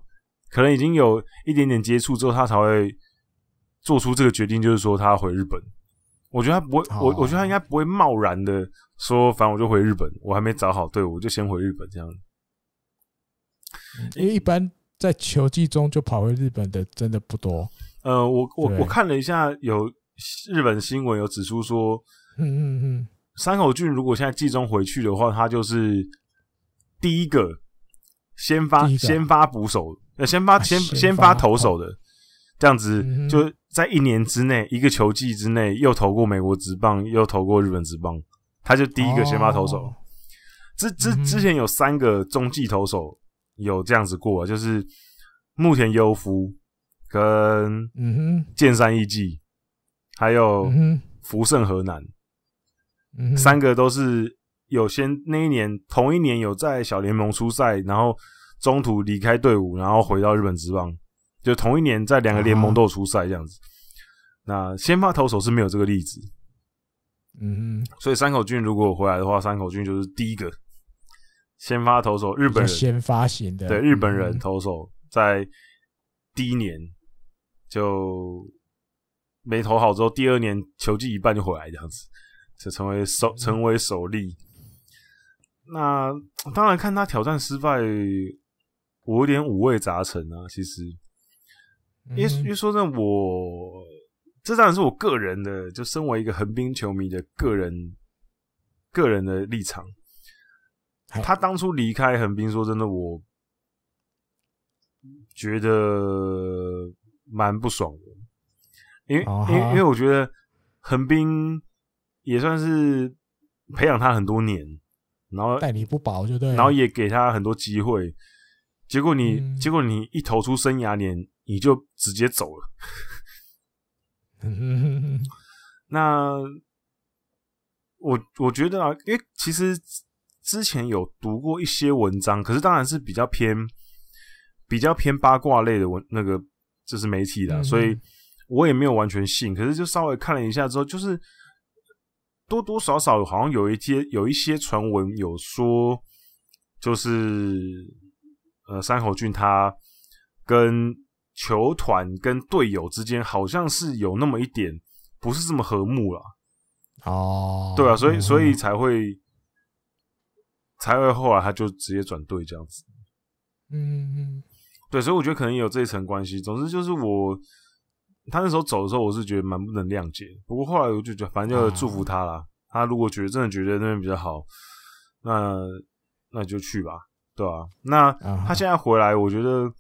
可能已经有一点点接触之后，他才会做出这个决定，就是说他要回日本。我觉得他不会，我哦我觉得他应该不会贸然的说，反正我就回日本，我还没找好队伍，我就先回日本这样。因为一般在球季中就跑回日本的真的不多，呃，我我对我看了一下，有日本新闻有指出说，嗯嗯嗯，山口俊如果现在季中回去的话，他就是第一个先发第一个先发捕手，呃，先发啊先先先发发哦投手的，这样子嗯哼就在一年之内，一个球季之内，又投过美国职棒，又投过日本职棒，他就第一个先发投手哦。之之嗯哼之前有三个中继投手有这样子过，啊就是木田优夫跟嗯剑山义纪，还有哼，嗯福盛河南，哼，嗯哼三个都是有先那一年同一年有在小联盟出赛，然后中途离开队伍，然后回到日本职棒，就同一年在两个联啊盟哈都有出赛这样子。那先发投手是没有这个例子，嗯哼，所以山口俊如果回来的话，山口俊就是第一个先发投手，日本比较人先发型的，对日本人嗯投手在第一年就没投好之后，第二年球技一半就回来这样子，就成为首成为首例。那当然看他挑战失败，我有点五味杂陈啊。其实，嗯哼因为因为说真的，我这当然是我个人的，就身为一个横滨球迷的个人个人的立场。嗨他当初离开横滨，说真的，我觉得蛮不爽的，因为、啊哈因为因为我觉得横滨也算是培养他很多年，然后代理不保就对了，然后也给他很多机会，结果你、嗯结果你一投出生涯年，你就直接走了。嗯哼哼哼那我我觉得啊，因为其实之前有读过一些文章，可是当然是比较偏比较偏八卦类的文那个就是媒体啦，嗯所以我也没有完全信，可是就稍微看了一下之后，就是多多少少好像有一些有一些传闻有说，就是呃山口俊他跟球团跟队友之间好像是有那么一点不是这么和睦啦， 哦，对啊，所以嗯所以才会才会后来他就直接转队这样子。嗯嗯对，所以我觉得可能也有这一层关系。总之就是我他那时候走的时候，我是觉得蛮不能谅解。不过后来我就觉得，反正就祝福他啦。他如果觉得真的觉得那边比较好，那那就去吧，对啊？那啊哈他现在回来，我觉得，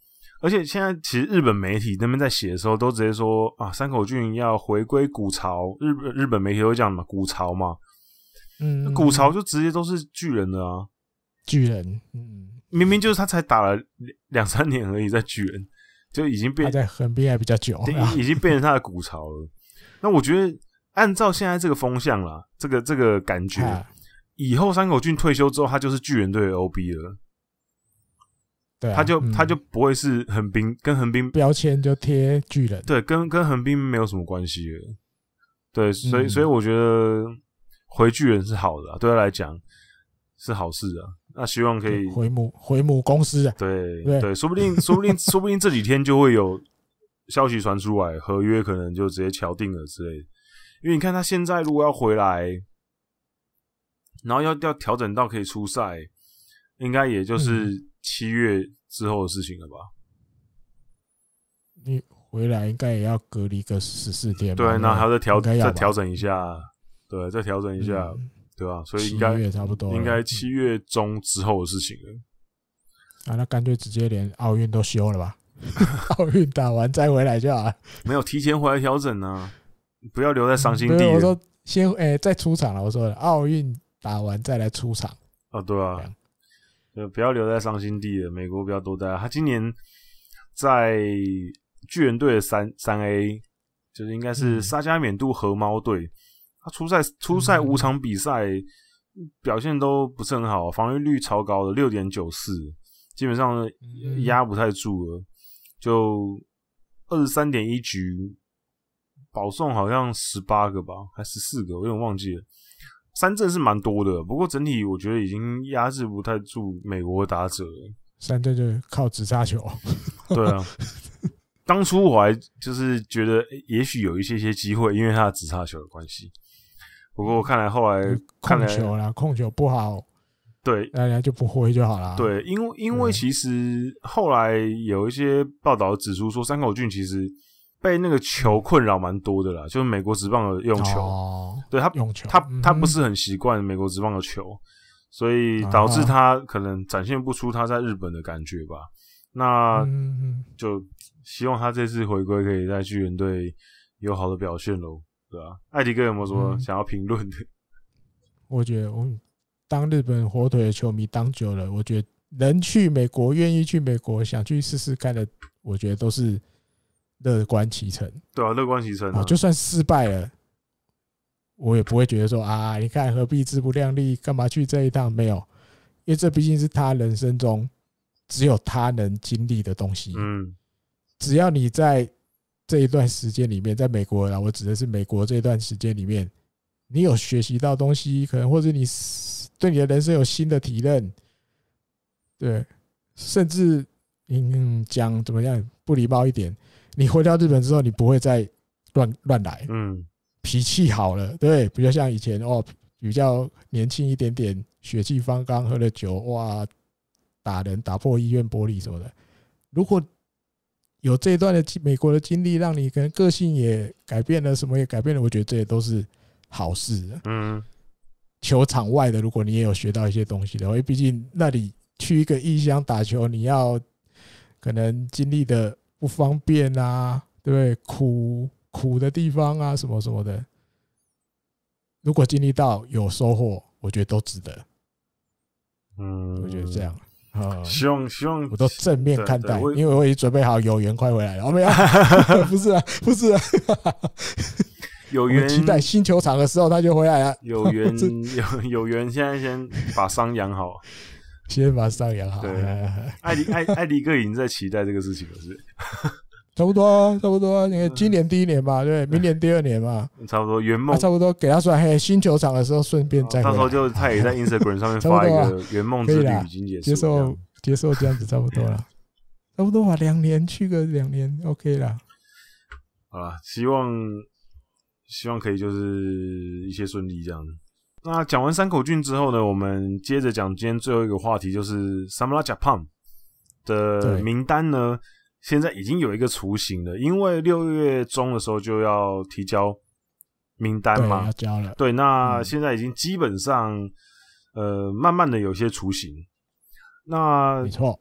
而且现在其实日本媒体那边在写的时候，都直接说啊，山口俊要回归古潮。日本日本媒体都会讲嘛，古潮嘛，嗯嗯古潮就直接都是巨人的啊。巨人，嗯，明明就是他才打了两两三年而已，在巨人就已经变他在横滨还比较久对啊， 已已经变成他的骨潮了。那我觉得，按照现在这个风向啦，这个这个感觉，啊以后山口俊退休之后，他就是巨人队的 OB 了，对啊，他就、嗯他就不会是横滨跟横滨标签就贴巨人，对跟跟横滨没有什么关系了。对，所以嗯所以我觉得回巨人是好的啊、对他来讲是好事啊。那希望可以回母回母公司啊，对对对，说不 定说不定说不定这几天就会有消息传出来，合约可能就直接敲定了之类的。因为你看他现在如果要回来，然后要要调整到可以出赛，应该也就是嗯七月之后的事情了吧？你回来应该也要隔离个十四天吧，对，那还要再调应该要再吧调整一下，对，再调整一下，嗯对吧、所以七应该月差不多了，应该嗯七月中之后的事情了。啊，那干脆直接连奥运都休了吧， 奥运打完再回来就好了。没有提前回来调整啊，不要留在伤心不地哦是我了说先诶、再出场了，我说的奥运打完再来出场，啊，对啊这样，呃，不要留在伤心地了。美国不要多待，他今年在巨人队的三三 A，就是应该是嗯沙加缅度河猫队，他出赛出赛嗯五场比赛表现都不是很好，防御率超高的六点九四，基本上嗯压不太住了，就二十三点一局，保送好像十八个吧，还十四个，我有点忘记了。三振是蛮多的，不过整体我觉得已经压制不太住美国打者了。三队就是靠直杀球，对啊，当初我还就是觉得诶也许有一些些机会，因为他的直插球的关系。不过看来后来 看控来球啦，控球不好，对大家就不挥就好啦。，对，因为因为嗯其实后来有一些报道指出说，山口俊其实被那个球困扰蛮多的啦，就是美国职棒的用球，哦、对他用球，他嗯他哼不是很习惯美国职棒的球，所以导致啊他可能展现不出他在日本的感觉吧。那嗯嗯就希望他这次回归可以在巨人队有好的表现喽，对吧、艾迪哥有没有什么嗯想要评论 的？我觉得我们当日本火腿的球迷当久了，我觉得能去美国、愿意去美国、想去试试看的，我觉得都是乐观其成。对啊，乐观其成啊，啊，就算失败了，我也不会觉得说啊，你看何必自不量力，干嘛去这一趟？没有，因为这毕竟是他人生中只有他能经历的东西。嗯只要你在这一段时间里面，在美国啦，我指的是美国这一段时间里面，你有学习到东西，可能或者你 s- 对你的人生有新的体认，对，甚至嗯讲怎么样不礼貌一点，你回到日本之后，你不会再乱乱来，嗯脾气好了，对，比较像以前哦，比较年轻一点点，血气方刚，喝了酒哇，打人打破医院玻璃什么的。如果有这一段的经美国的经历，让你可能个性也改变了，什么也改变了，我觉得这也都是好事。啊嗯球场外的，如果你也有学到一些东西的话，因为毕竟那里去一个异乡打球，你要可能经历的不方便啊，对不对？苦苦的地方啊，什么什么的，如果经历到有收获，我觉得都值得。嗯，我觉得这样啊、希望希望我都正面看待，对对我因为我已经准备好有缘快回来了。哦，没 有，不是啊，不是啊，有我缘们期待新球场的时候他就回来了， 有缘这有有缘，现在先把伤养好。先把上扬好。对哎艾迪艾艾迪哥已经在期待这个事情了，是不差不多啊，差不多啊。你看今年第一年嗯嘛，对，明年第二年嘛，是差不多圆那梦。差不多给他算嘿，新球场的时候顺便再回哎哦到来时候就他也在 Instagram 上面 差不多发一啊个圆梦之可以旅啦已经结束，接这受样哎接受这样子差不多了，差不多吧，两年去个两年 OK 啦。好啦，希望希望可以就是一切顺利这样子。那讲完山口郡之后呢，我们接着讲今天最后一个话题，就是 Samara Japan 的对名单呢，现在已经有一个雏形了，因为六月中的时候就要提交名单对，嘛要，交了，对，那嗯现在已经基本上，呃，慢慢的有些雏形。那没错，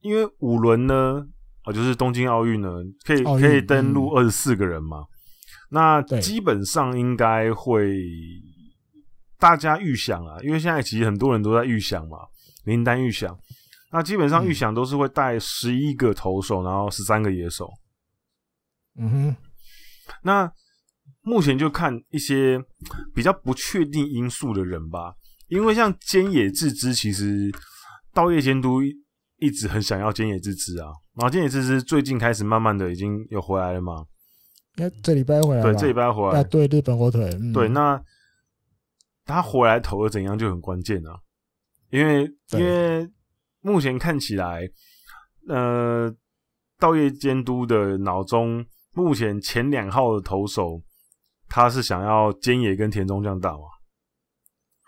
因为五轮呢，哦，就是东京奥运呢，可以奥运嗯可以登录二十四个人嘛。那对基本上应该会大家预想啊，因为现在其实很多人都在预想嘛，名单预想。那基本上嗯预想都是会带十一个投手，然后十三个野手。嗯那目前就看一些比较不确定因素的人吧，因为像菅野智之，其实道业监督一一直很想要菅野智之啊，然后菅野智之最近开始慢慢的已经有回来了嘛，哼，哎，这礼拜回来吧对，这礼拜回要来，对日本火腿，嗯对，那他回来投的怎样就很关键啊，因为因对为目前看起来，呃，道业监督的脑中目前前两号的投手，他是想要菅野跟田中将打嘛，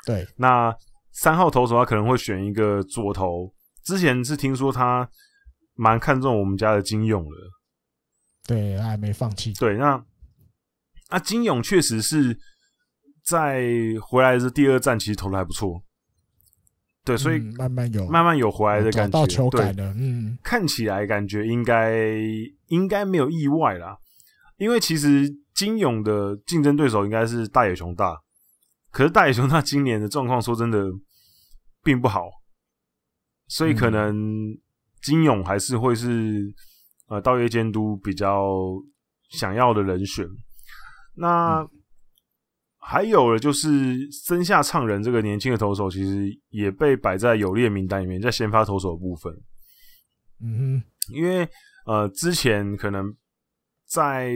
对那三号投手他可能会选一个左投，之前是听说他蛮看重我们家的金勇的，对，他还没放弃，对，那啊，金勇确实是在回来的第二站，其实投的还不错。对，所以嗯慢慢有慢慢有回来的找感到觉，球对感，了，嗯，看起来感觉应该应该没有意外啦。因为其实金勇的竞争对手应该是大野熊大，可是大野熊大今年的状况说真的并不好，所以可嗯能金勇还是会是呃道业监督比较想要的人选。那、还有了就是森下畅人这个年轻的投手，其实也被摆在有利的名单里面，在先发投手的部分。嗯因为呃，之前可能在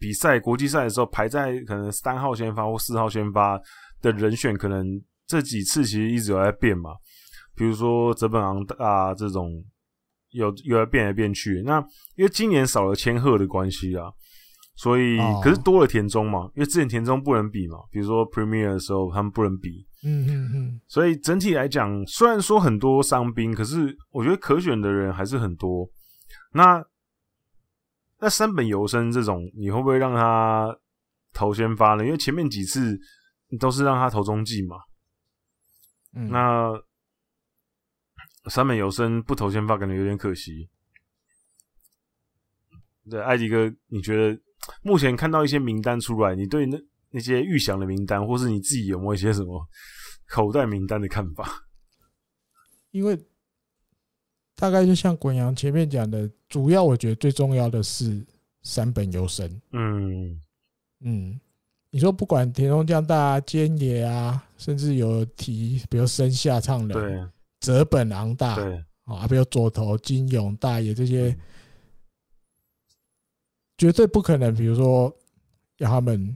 比赛国际赛的时候排在可能三号先发或四号先发的人选，可能这几次其实一直有在变嘛。比如说泽本昂大啊这种有有在变来变去。那因为今年少了千鹤的关系啊，所以、哦可是多了田中嘛，因为之前田中不能比嘛，比如说 Premier 的时候他们不能比，哼，嗯嗯嗯，所以整体来讲，虽然说很多伤兵，可是我觉得可选的人还是很多。那那山本由生这种，你会不会让他投先发呢？因为前面几次都是让他投中继嘛。嗯那山本由生不投先发，感觉有点可惜。对，艾迪哥，你觉得目前看到一些名单出来，你对那那些预想的名单，或是你自己有没有一些什么口袋名单的看法？因为大概就像滚阳前面讲的，主要我觉得最重要的是三本优生。嗯嗯，你说不管田中将大、啊、菅野啊，甚至有提，比如生下唱对人、泽本昂大对，嗯哦啊，比如左投金勇大野这些，绝对不可能，比如说要他们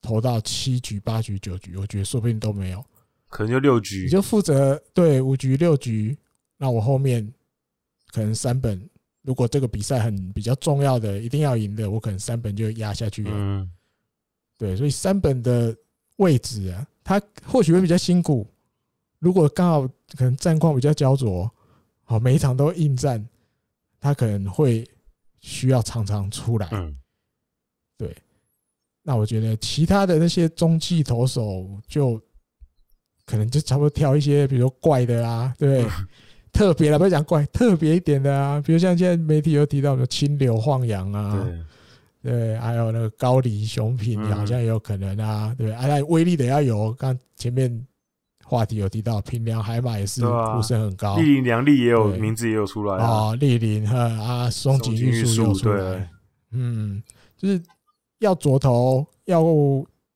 投到七局、八局、九局，我觉得说不定都没有。可能就六你局，就负责对五局、六局，那我后面可能三本，如果这个比赛很比较重要的，一定要赢的，我可能三本就压下去了。嗯，对，所以三本的位置啊，他或许会比较辛苦。如果刚好可能战况比较焦灼，哦，每一场都应战，他可能会需要常常出来。嗯那我觉得其他的那些中继投手就可能就差不多挑一些，比如说怪的啊，对不对？嗯特别的不要讲怪，特别一点的啊，比如像现在媒体有提到的清流晃洋啊，嗯对，对，还有那个高梨雄平嗯好像也有可能啊，对，啊，那威力得要有，刚前面话题有提到，平良海马也是对啊呼声很高丽林良丽也有对名字也有出来啊，啊，立林和啊松松井井玉玉树树又出对来，嗯，就是要左投，要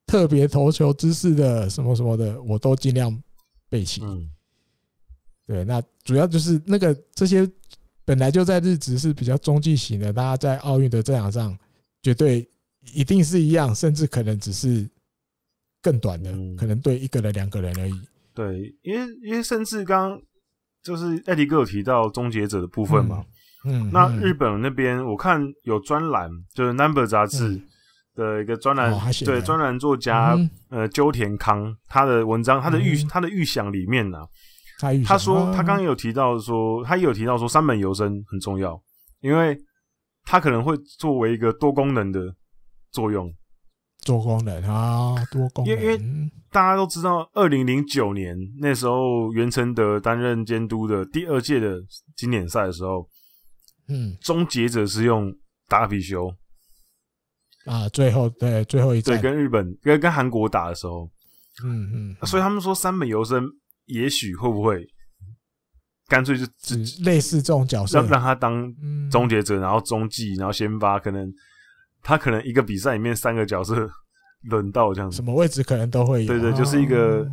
特别投球姿势的什么什么的，我都尽量背起。嗯对，那主要就是那个这些本来就在日职是比较中继型的，大家在奥运的战场上绝对一定是一样，甚至可能只是更短的，嗯可能对一个人、两个人而已。对，因为因为甚至刚刚就是艾迪哥有提到终结者的部分嘛，嗯，那嗯日本那边我看有专栏，就是 Number 杂志嗯的一个专栏哦他，写的对专栏作家嗯呃鸠田康他的文章，他的预嗯他的预想里面啊呢，他预想他说他刚刚啊有提到说，他也有提到说三本游生很重要，因为他可能会作为一个多功能的作用。做功能啊，多功能，因为因为大家都知道，二零零九年那时候袁成德担任监督的第二届的经典赛的时候，嗯终结者是用达比修，啊，最后对最后一对，站，跟日本跟跟韩国打的时候，嗯嗯，所以他们说三本游生也许会不会干脆就只是类似这种角色让，让他当嗯终结者，然后中继，然后先发，可能他可能一个比赛里面三个角色轮到这样子什，么位置可能都会有，对对就是一个哦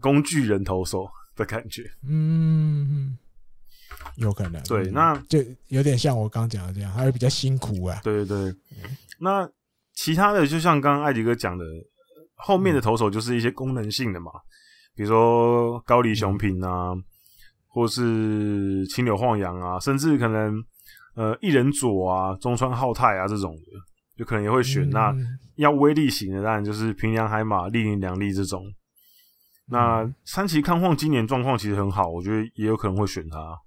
工具人投手的感觉。嗯，有可能。对嗯那就有点像我刚讲的这样，还会比较辛苦啊。对对对，那其他的就像刚刚艾迪哥讲的，后嗯面的投手就是一些功能性的嘛，比如说高梨嗯雄平啊，或是青柳晃洋啊，甚至可能呃一人左啊、中川浩太啊这种的，就可能也会选。啊那嗯要威力型的，当然就是平良海马、立林良利这种。嗯那三崎康晃今年状况其实很好，我觉得也有可能会选他，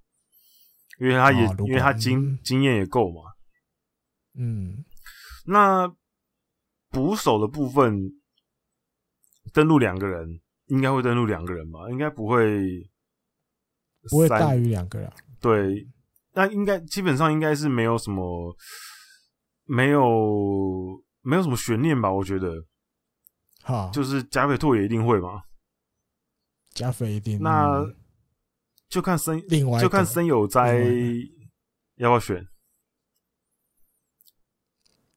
因为他也、哦如果因为他经嗯经验也够嘛。嗯，那捕手的部分登录两个人，应该会登录两个人吧？应该不会不会三大于两个人。对，那应该基本上应该是没有什么没有没有什么悬念吧？我觉得好，就是加菲拓也一定会嘛。加菲一定。那嗯就看森，另外一就看个森友斋要不要选。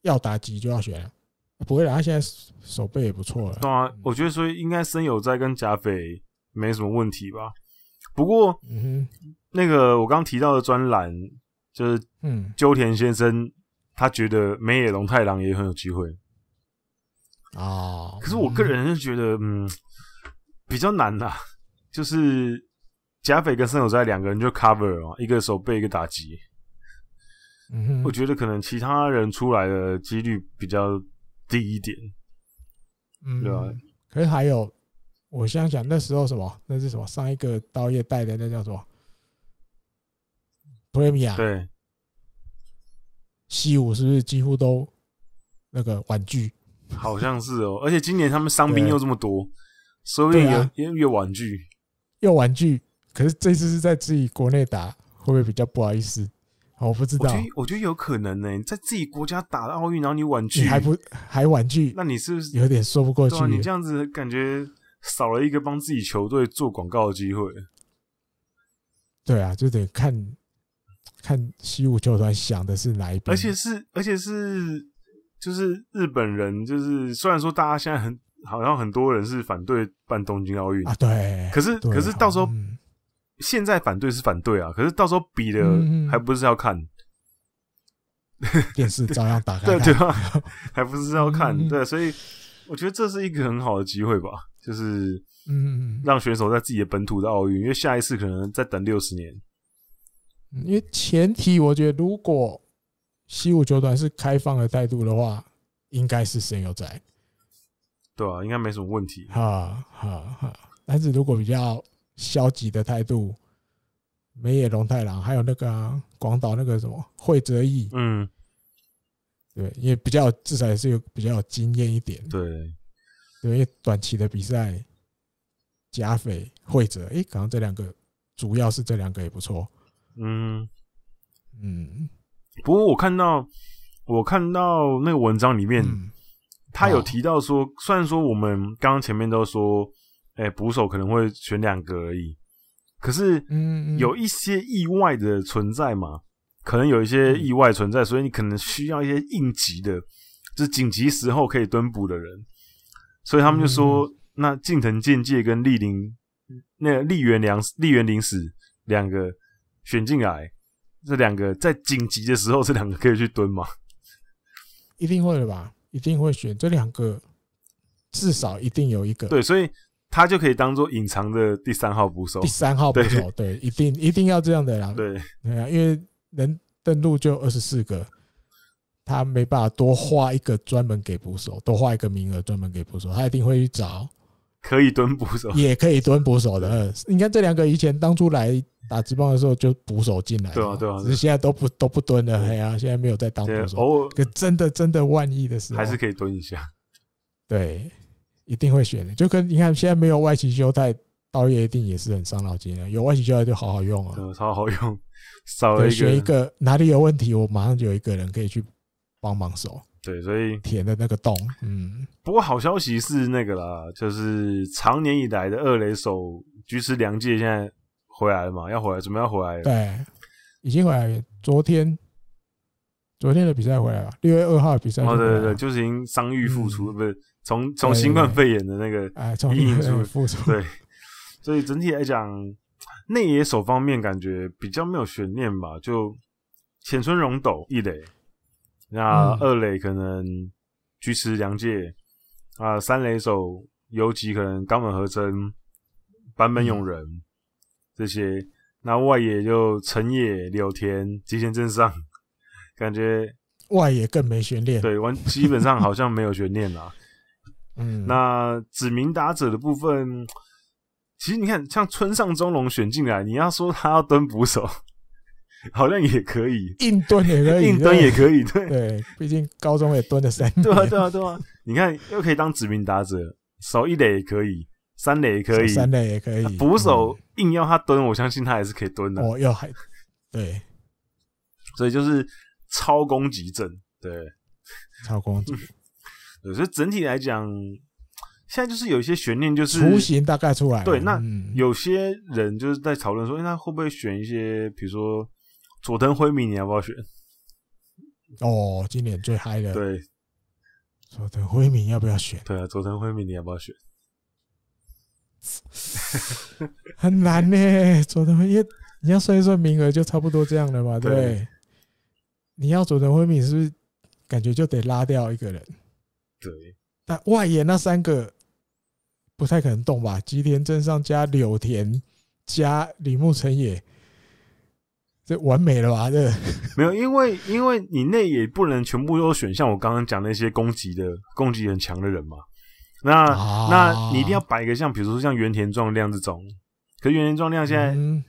要打几就要选了，不会啦，他现在手背也不错了。对啊，我觉得所以应该森友斋跟贾斐没什么问题吧。不过嗯哼，那个我刚提到的专栏，就是嗯鸠田先生，他觉得梅野龙太郎也很有机会。啊。可是我个人是觉得，嗯，比较难呐、就是贾斐跟森友斋两个人就 cover 嘛，一个手背一个打击。嗯，嗯我哼，觉得可能其他人出来的几率比较低一点。嗯对啊可是还有，我想想那时候什么，那是什么？上一个刀业带的那叫什么？Premier 对，西武是不是几乎都那个婉拒？好像是哦，而且今年他们伤兵又这么多，说不定对也啊也越婉拒。又玩具，可是这次是在自己国内打，会不会比较不好意思？哦我不知我道觉得，我觉得有可能呢、你在自己国家打奥运，然后你婉拒你，还不还玩具，那你是不是有点说不过去对啊？。你这样子感觉少了一个帮自己球队做广告的机会。对啊，就得看看西武球团想的是哪一边，而且是而且是就是日本人，就是虽然说大家现在很好像很多人是反对办东京奥运，啊，对，可是对可是到时候嗯现在反对是反对啊，可是到时候比了嗯嗯还不是要看，电视照样打开对 看，对啊，还不是要看，嗯嗯对，所以我觉得这是一个很好的机会吧，就是嗯，让选手在自己的本土的奥运，因为下一次可能再等六十年。嗯因为前提我觉得如果西武球团是开放的态度的话，应该是神有在，对啊，应该没什么问题。哈哈哈。但是如果比较消极的态度，梅野龙太郎还有那个啊广、岛那个什么惠泽义，嗯，对，也比较至少也是有比较有经验一点，对，对，因为短期的比赛，甲斐惠泽，诶、可能这两个主要是这两个也不错，嗯。嗯，不过我看到我看到那个文章里面，嗯他有哦提到说，虽然说我们刚刚前面都说，哎、捕手可能会选两个而已，可是嗯，嗯有一些意外的存在嘛，可能有一嗯些意外存在，所以你可能需要一些应急的，就是紧急时候可以蹲捕的人，所以他们就说，嗯那近藤健介跟立林，那个立原良立原林史两个选进来，这两个在紧急的时候，这两个可以去蹲嘛？一定会的吧，一定会选这两个，至少一定有一个。对，所以他就可以当做隐藏的第三号捕手第。三号捕手，对，一定一定要这样的啦。对，对啊，因为能登录就二十四个，他没办法多画一个专门给捕手，多画一个名额专门给捕手，他一定会去找可以蹲捕手。也可以蹲捕手的。呃你看这两个以前当初来打职棒的时候就捕手进来的，对啊对啊只是现在都不都不蹲了，对哎呀，现在没有在当对捕手。偶尔可真的真的万一的时候，还是可以蹲一下。对，一定会选的。就跟你看，现在没有外企修太道业一定也是很伤脑筋的。啊有外企修太就好好用啊，嗯，超好用，少了对，一个，学一个哪里有问题，我马上就有一个人可以去帮忙手对，所以填的那个洞。嗯，不过好消息是那个啦，就是常年以来的二垒手菊池良介现在回来了嘛，要回来，准备要回来了，对，已经回来了。昨天昨天的比赛回来了，六月二号的比赛就哦，回来对了。对对，就是已经伤愈复出，嗯不是从从对新冠肺炎的那个，哎，从阴影一处复出，对，所以整体来讲，内野手方面感觉比较没有悬念吧，就浅村荣斗一垒，那嗯二垒可能菊池良介啊、三垒手尤其可能冈本和真、坂本勇人、这些，那外野就成野、柳田、吉田正尚，感觉外野更没悬念。对完基本上好像没有悬念啦。嗯，那指名打者的部分，其实你看，像村上中龙选进来，你要说他要蹲捕手， 好像也可以，硬蹲也可以，硬蹲也可可以，对，对，毕竟高中也蹲了三年，对啊， 对啊，对啊。你看，又可以当指名打者，守一垒也可以，三垒也可以，三垒也可以，捕手嗯硬要他蹲，我相信他还是可以蹲的、哦，又还对所以就是超攻击阵，对。超光子对所以整体来讲，现在就是有一些悬念，就是雏形大概出来了。对那嗯有些人就是在讨论说，哎、那会不会选一些，比如说佐藤辉明，你要不要选？哦，今年最嗨的，对说等辉明要不要选？对啊，佐藤辉明，你要不要选？很难呢， 佐藤辉，因为你要算一算名额就差不多这样了嘛，对不对对？你要佐藤辉明是不是感觉就得拉掉一个人？对，但外野那三个不太可能动吧？吉田镇上加柳田加李木成也，这完美了吧？这没有，因为因为你内也不能全部都选，像我刚刚讲那些攻击的攻击很强的人嘛。那、啊那你一定要摆一个像，比如说像原田壮亮这种，可是原田壮亮现在嗯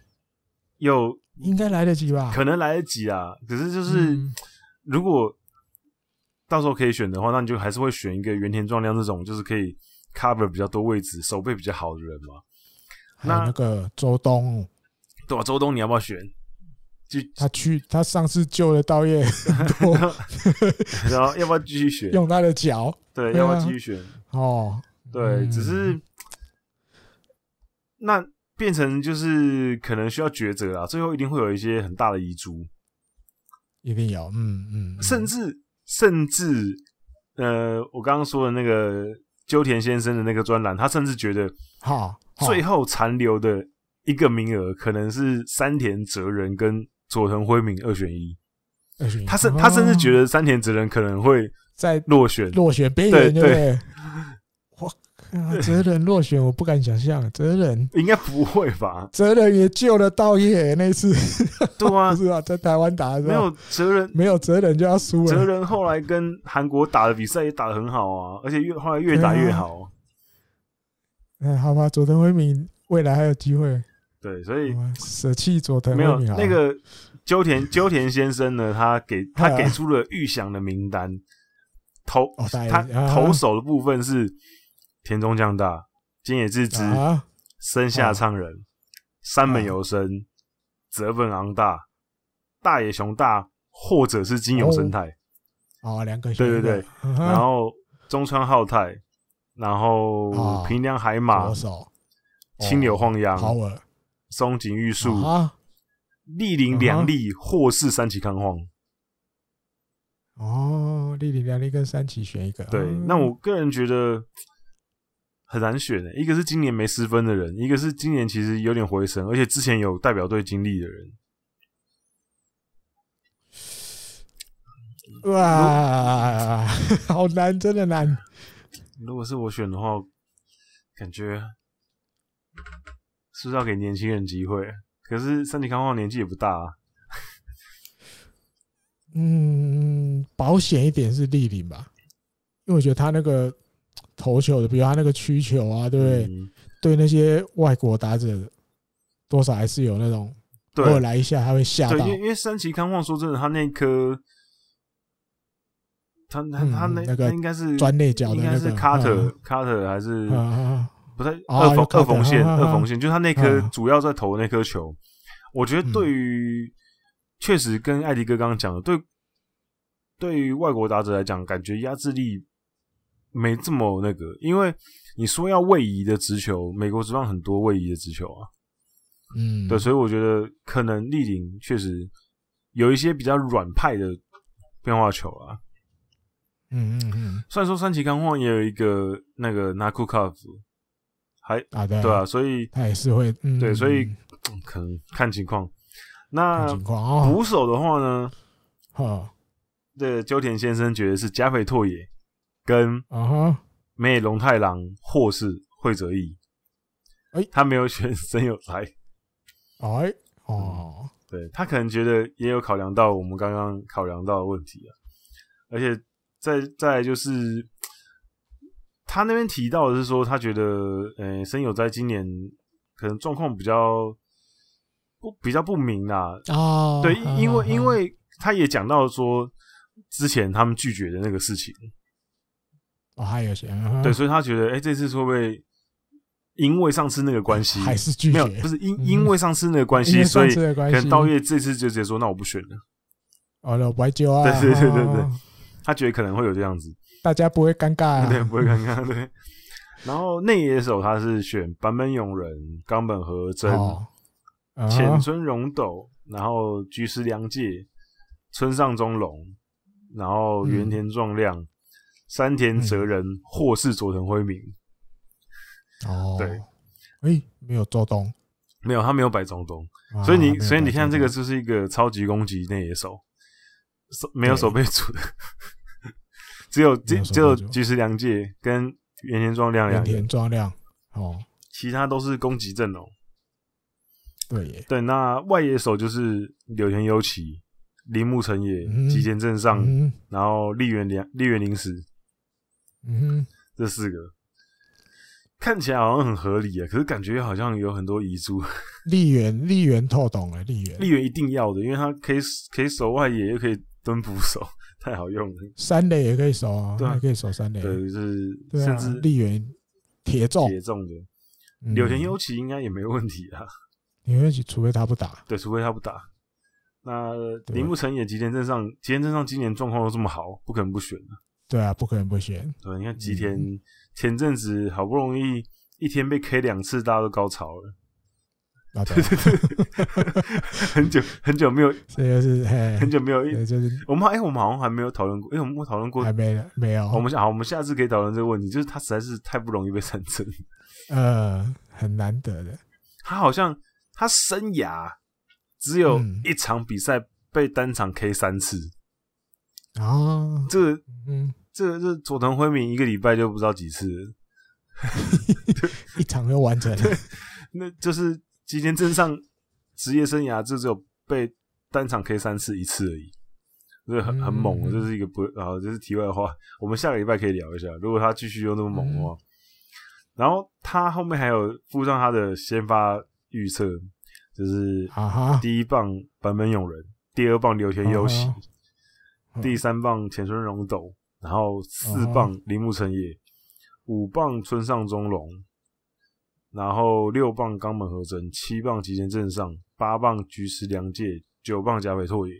又应该来得及吧？可能来得及啊，可是就是嗯如果到时候可以选的话，那你就还是会选一个原田壮亮这种，就是可以 cover 比较多位置、手背比较好的人嘛。还有那那个周东，对吧、啊周东你要不要选？就他去他上次救了道业很多，然啊后要不要继续选？用他的脚对，对啊要不要继续选？哦，对，嗯只是那变成就是可能需要抉择啊，最后一定会有一些很大的遗珠，一定有，嗯嗯，嗯甚至甚至呃，我刚刚说的那个鸠田先生的那个专栏，他甚至觉得好，好最后残留的一个名额可能是山田哲人跟佐藤辉明二选一，哎、二选一，他甚他甚至觉得得山田哲人可能会在落选，落选边对缘，对不对？我靠，哲人落选，我不敢想象，哲人？应该不会吧哲人也救了道业那次，对啊不，是啊，在台湾打的时没候，有哲人，没有哲人就要输哲了。人后来跟韩国打的比赛也打得很好啊，而且越后来越打啊越好。啊嗯，好吧，佐藤辉明未来还有机会，对，所以好吧舍弃佐藤没有嗯辉明好了那个鸠田鸠田先生呢，他给哎他呀给出了预想的名单，投哦打野他啊投手的部分是田中将大、菅野智之、啊，生下唱人、山嗯本由生、泽本昂大、大野雄大，或者是金永生态，哦，两个选对对一对个，嗯哼然后中川浩太，然后啊平良海马左、手青柳晃洋、好尔松井玉树、啊，立林良利，或是三崎康晃。哦，丽丽两丽跟三崎选一个，对，嗯那我个人觉得很难选的、一个是今年没失分的人，一个是今年其实有点回神，而且之前有代表队经历的人。哇， 好难，真的难。如果是我选的话，感觉是不是要给年轻人机会？可是三井康晃年纪也不大、啊，嗯，保险一点是丽玲吧，因为我觉得他那个投球的，比如他那个曲球啊，对不对？嗯对那些外国打者，多少还是有那种偶尔对来一下，他会吓对，到因。为因为三崎康晃说真的，他那颗他他他嗯那那个他应该是钻内角应的该那是个嗯 Carter Carter 还是啊啊不太哦二缝有 cutter，二缝线嗯嗯嗯二缝线，就是他那颗嗯主要在投的那颗球，我觉得对于确实跟艾迪哥刚刚讲的，对对于外国打者来讲，感觉压制力没这么那个，因为你说要位移的直球，美国职棒很多位移的直球啊，嗯，对，所以我觉得可能立林确实有一些比较软派的变化球啊，嗯嗯嗯，虽然说三崎康晃也有一个那个 Nakukov，还嗯啊对对啊，，所以。他也是会，嗯，对所以嗯可能看情况。看那情况哦，捕手的话呢，好这个鸠田先生觉得是加菲拓也跟啊哈，美野龙太郎或是惠泽义。哎他没有选森有才，哎哦，对他可能觉得也有考量到我们刚刚考量到的问题啊，而且再再来就是他那边提到的是说，他觉得呃森有在今年可能状况比较不比较不明啊，哦，对，啊因为啊因为他也讲到说之前他们拒绝的那个事情，哦还有些啊哈对，所以他觉得，哎、这次会不会因为上次那个关系，还是拒没绝，有，不是因嗯因为上次那个关因系，为所上以次的关可系能道月这次就直接说，那我不选了。哦，老白酒啊，对对对对对啊他觉得可能会有这样子，大家不会尴尬啊，对，不 会尴尬，对。然后内野手他是选坂本勇人、冈本和真、哦，啊浅村荣斗，然后菊石良介、村上中龙，然后原田壮亮、嗯山田哲人、或是佐藤辉明。哦，对，哎，没有周东，没有，他没有摆中东，啊所以没你有所以你白看周这个东就是一个超级攻击内野手，手没有对手背组的， 只有嗯没只有手只有背组菊石良介跟原田壮亮两原个田，庄亮，哦，其他都是攻击阵容。对耶，对，那外野手就是柳田优起、铃木成也、嗯吉田正尚、嗯然后立原良、立原临时嗯这四个，看起来好像很合理啊，可是感觉好像有很多遗珠。哼，丽媛丽媛透懂了，丽媛立原一定要的，因为他可以可以守外野，又可以蹲捕手， 太好用了。三垒也可以守啊，对啊还可以守三垒，对，就是对甚啊至，丽媛铁中，铁中的嗯柳田优起应该也没问题啊。你会除非他不打，对，除非他不打。那对铃木成也、吉田镇上，吉田镇上今年状况都这么好，不可能不选啊。对啊，不可能不选，对，你看吉田嗯前阵子好不容易一天被 K 两次，大家都高潮 了。啊，对， 很久很久没有这就是嘿，很久没有一对，就是我们哎、我们好像还没有讨论过，哎、我们有讨论过还，没没有，我们想好，我们下次可以讨论这个问题，就是他实在是太不容易被三振，呃，很难得的，他好像他生涯只有嗯一场比赛被单场 K 三次，啊，这个嗯，这个这佐藤辉明一个礼拜就不知道几次了，一场就完成了，那就是吉田镇上职业生涯就只有被单场 K 三次一次而已，这个很很猛嗯，这是一个不啊，这是题外话，我们下个礼拜可以聊一下，如果他继续又那么猛的话，然后他后面还有附上他的先发预测，就是啊哈，第一棒坂本勇人，第二棒柳田优喜嗯嗯哼，第三棒浅村荣斗，然后四棒铃木诚也，五棒村上中隆，然后六棒冈本和真，七棒吉田镇上，八棒菊池良介，九棒甲北拓也，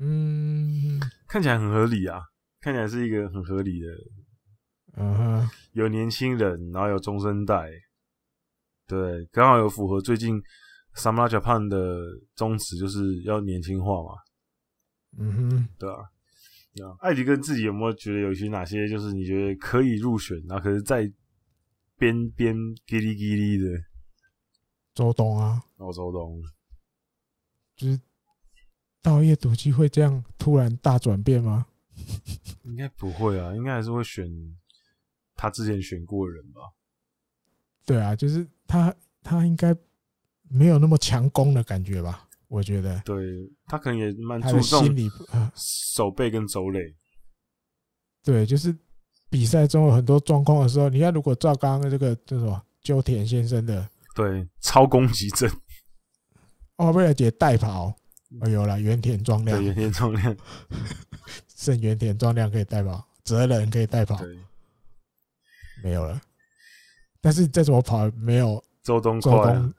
嗯，看起来很合理啊，看起来是一个很合理的，嗯哼，有年轻人，然后有中生代，对，刚好有符合最近 Samara Japan 的宗旨，就是要年轻化嘛，嗯哼，对啊，对啊。艾迪跟自己有没有觉得有些哪些就是你觉得可以入选，然后可是在边边叽哩叽哩的？周董啊，澳洲东，就是到夜赌机会这样突然大转变吗？应该不会啊，应该还是会选他之前选过的人吧？对啊，就是他他应该没有那么强攻的感觉吧？我觉得对他可能也蛮他注的重心理，呃，手背跟走垒，对，就是比赛中有很多状况的时候，你看如果照刚刚这个这什么鸠田先生的对超攻击阵，哦，贝尔姐带跑，哦有了原田庄嗯对亮，原田重量，剩原田庄亮可以带跑，哲人可以带跑，对没有了。但是再怎么跑，没有周东周快啊、东，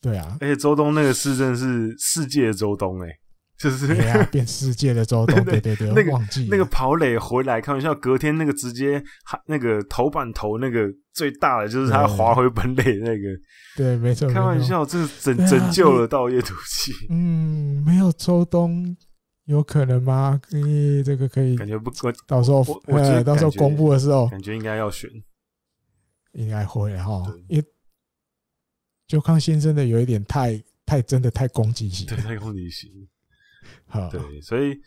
对啊，而且周东那个市政是世界的周东哎、就是对啊，变世界的周东， 对对对对，那个忘记了那个跑垒回来，开玩笑，隔天那个直接哈那个头版头那个最大的就是他对滑回本垒那个，嗯对，没错，开玩没错，笑，这个拯对啊拯救了道业土气，嗯，没有周东，有可能吗？可以，这个可以感，觉不我到时候我我觉得呃，到时候感觉公布的时候感觉应该要选，应该会哈对，因为就康先生的有一点太太真的太攻击性对，，太空旅行，哈，对，所以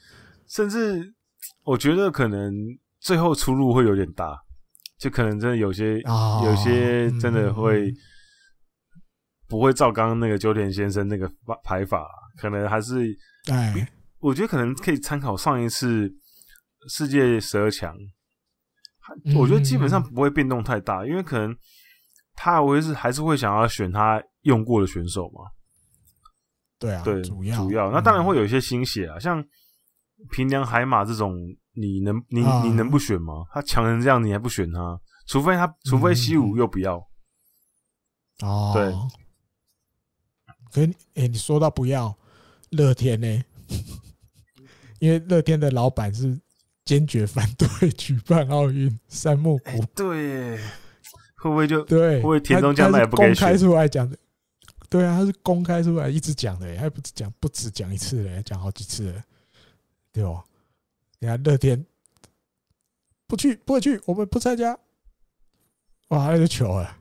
甚至我觉得可能最后出入会有点大，就可能真的有些啊，有些真的会嗯不会照刚刚那个九点先生那个排排法，可能还是哎，我觉得可能可以参考上一次世界十二强，嗯我觉得基本上不会变动太大，因为可能他还会是还是会想要选他用过的选手嘛，对啊，对，主主要那当然会有有一些新血啊，像平良海马这种，你能你啊你能不选吗？他强成这样，你还不选他？除非他，除非西嗯武又不要，哦，对。可是你，哎，你说到不要乐天呢，因为乐天的老板是坚决反对举办奥运，山木哎谷，对耶，会不会就对，会不会田中他将他来是也不给公开选？出来讲的，对啊，他是公开出来一直讲的耶，欸还不止讲不止讲一次嘞，讲好几次了，对哦。你看乐天不去不会去，我们不参加，哇，那就啊糗了，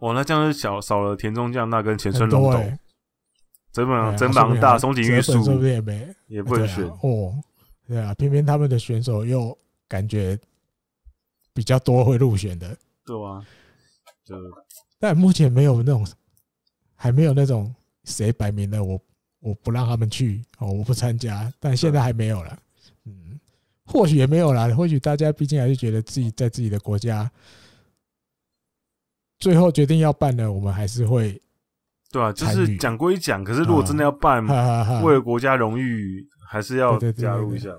哇，那这样就少少了田中将大跟前很村多龙斗、哎，真对榜啊嗯真说不榜定大、还松井泽玉本树说不定也没也不能对选啊，，哦，对啊，偏偏他们的选手又感觉比较多会入选的，对啊，就但目前没有那种，还没有那种谁摆明了我我不让他们去哦，我不参加，但现在还没有了，嗯，或许也没有啦，或许大家毕竟还是觉得自己在自己的国家，最后决定要办的，我们还是会，对啊，就参是与啊讲归讲，可是如果真的要办，哈哈哈，为了国家荣誉，还是要对对对加入一下。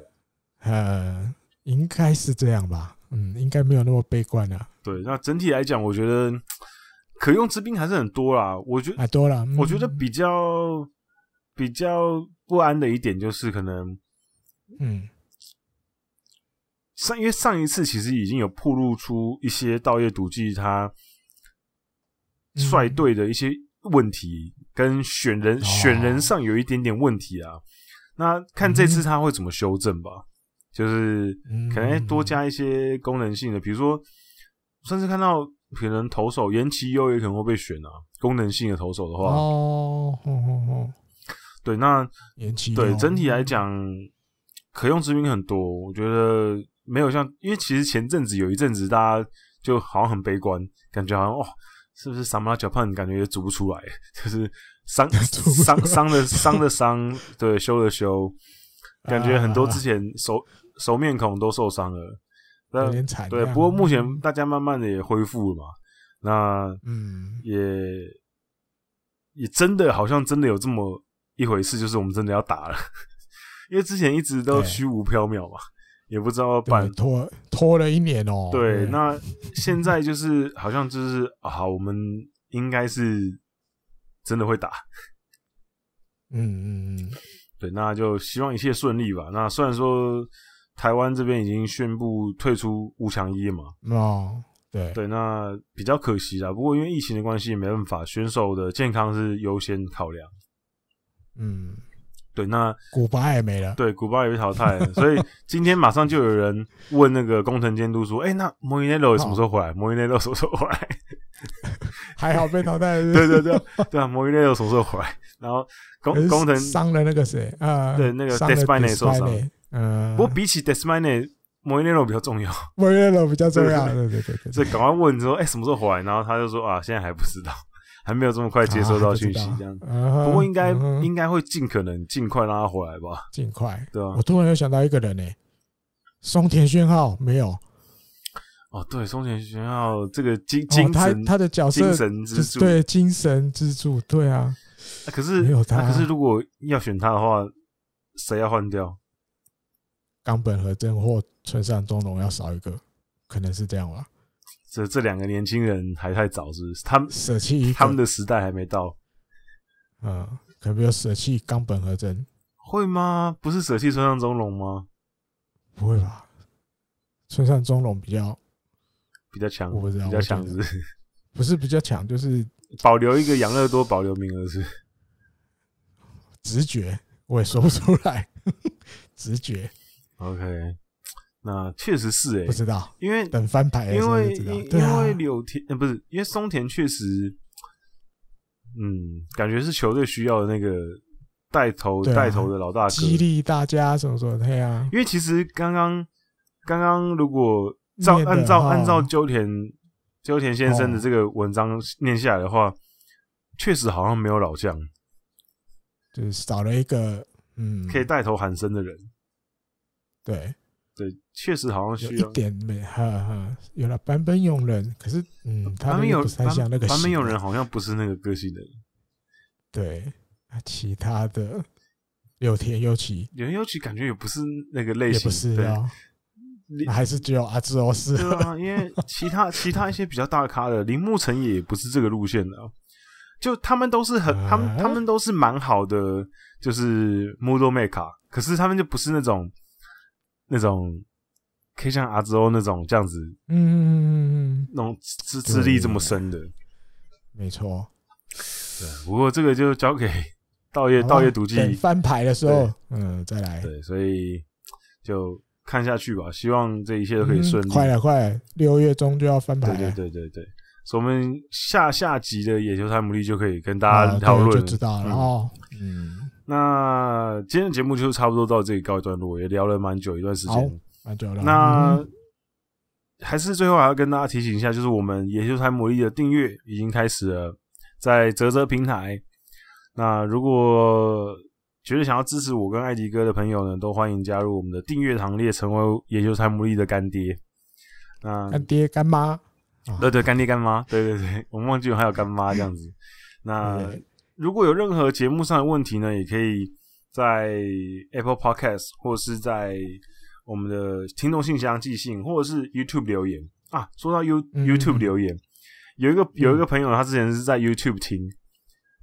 呃，应该是这样吧，嗯，应该没有那么悲观啊了，对，那整体来讲，我觉得嗯可用之兵还是很多啦。我觉得，啊，多了，嗯我觉得比较比较不安的一点就是，可能嗯上因为上一次其实已经有暴露出一些道业赌技他嗯率队的一些问题，跟选人、哦选人上有一点点问题啊。那看这次他会怎么修正吧，就是嗯可能哎多加一些功能性的，比如说，甚至看到可能投手哦岩崎优也可能会被选啊，功能性的投手的话，哦，哦哦哦，对，那延期对哦整体来讲，可用之兵很多，我觉得没有像，因为其实前阵子有一阵子大家就好像很悲观，感觉好像哦，是不是萨马脚胖感觉也组不出来， 就是 伤不出来伤伤的伤的伤，对，修的修，感觉很多之前熟、熟面孔都受伤了，有那点惨这对，样。不过目前大家慢慢的也恢复了嘛，那嗯，也也真的好像真的有这么一回事，就是我们真的要打了， 因为之前一直都对虚无缥缈嘛，也不知道要对办。拖拖了一年哦。对，那现在就是好像就是啊，好我们应该是真的会打。嗯嗯嗯，对，那就希望一切顺利吧。那虽然说台湾这边已经宣布退出五强一了嘛，嗯哦，对，对，那比较可惜啦。不过因为疫情的关系，没办法，选手的健康是优先考量。嗯，对，那古巴也没了。对古巴也被淘汰了，所以今天马上就有人问那个工程监督说：“哎、那莫伊内洛什么时候回来？莫伊内洛什么时候回来？” 还好被淘汰了。 对对对，对啊，莫伊内洛什么时候回来？然后可工是工程，伤了那个谁啊？对那个伤了 Despaigne 受伤 Despaigne，嗯，不过比起 Desmane，莫伊内洛比较重要。我觉得比较重要。对对对对所对，以赶快问说：“哎、什么时候回来？”然后他就说：“啊，现在还不知道，还没有这么快接收到讯息。”这样。啊不不过应该、嗯哼应该会尽可能尽快让他回来吧，尽快。对啊吧、我突然又想到一个人呢、松田宣浩没有，哦，对，松田学校这个精哦精，他神、他的角色精神支就是柱，对精神支柱，对啊，啊可是没有他啊可是如果要选他的话，谁要换掉？冈本和真或村上中农要少一个，可能是这样吧，这这两个年轻人还太早，是不是？他们舍弃一个他们的时代还没到，嗯，可能没有舍弃冈本和真，会吗？不是舍弃村上中龙吗？不会吧？村上中农比较比较强，我不知道比较强我觉是不得是不是比较强，就是保留一个养乐多保留名额是不是直觉，我也说不出来， 直觉 OK。那确实是诶、不知道，因为等翻牌的时因候为就知道因，对啊因，为柳田、呃、不是因为松田确实，嗯，感觉是球队需要的那个带头、对啊带头的老大哥，激励大家什么什么的，对啊，因为其实刚刚刚刚如果照念的按照哈按照鸠田鸠田先生的哦这个文章念下来的话，确实好像没有老将嗯就是少了一个，嗯，可以带头喊声的人，对。对，确实好像有需一要。点没，哈哈，有了版本勇人，可是嗯，他版本那个有不是太像那个版本型有的人好像不是那个个性的人，对，啊其他的柳田优起有人尤其感觉也不是那个类也型，不是对啊，你那还是只有阿兹欧是对啊，因为其 他其他一些比较大咖的，铃木成也不是这个路线的啊、就他们都是很，他们啊他们都是蛮好的，就是 model maker，可是他们就不是那种那种可以像阿兹欧那种这样子，嗯嗯嗯嗯，嗯那种资资历这么深的。没错。对，不过这个就交给道业好道吧业毒哦等剂，翻牌的时候对，嗯，再来，对，所以就看下去吧，希望这一切都可以嗯顺利。快了，快了，六月中就要翻牌对了，对对对对，所以我们下下集的野球探母力就可以跟大啊，家对讨论就了。知道了嗯哦。嗯，那今天的节目就差不多到这里告一段落，也聊了蛮久一段时好间。蛮久了。那嗯还是最后还要跟大家提醒一下，就是我们野球探母力的订阅已经开始了，在泽泽平台。那如果觉得想要支持我跟艾迪哥的朋友呢，都欢迎加入我们的订阅行列，成为野球探母力的干爹。那嗯干爹干妈，对对，干爹干妈，对对对，我们忘记我还有干妈这样子。那 对如果有任何节目上的问题呢，也可以在 Apple Podcast 或是在我们的听众信箱寄信，或者是 YouTube 留言啊。说到 You 嗯 YouTube 嗯留言，有一个有一个朋友，他之前是在 YouTube 听，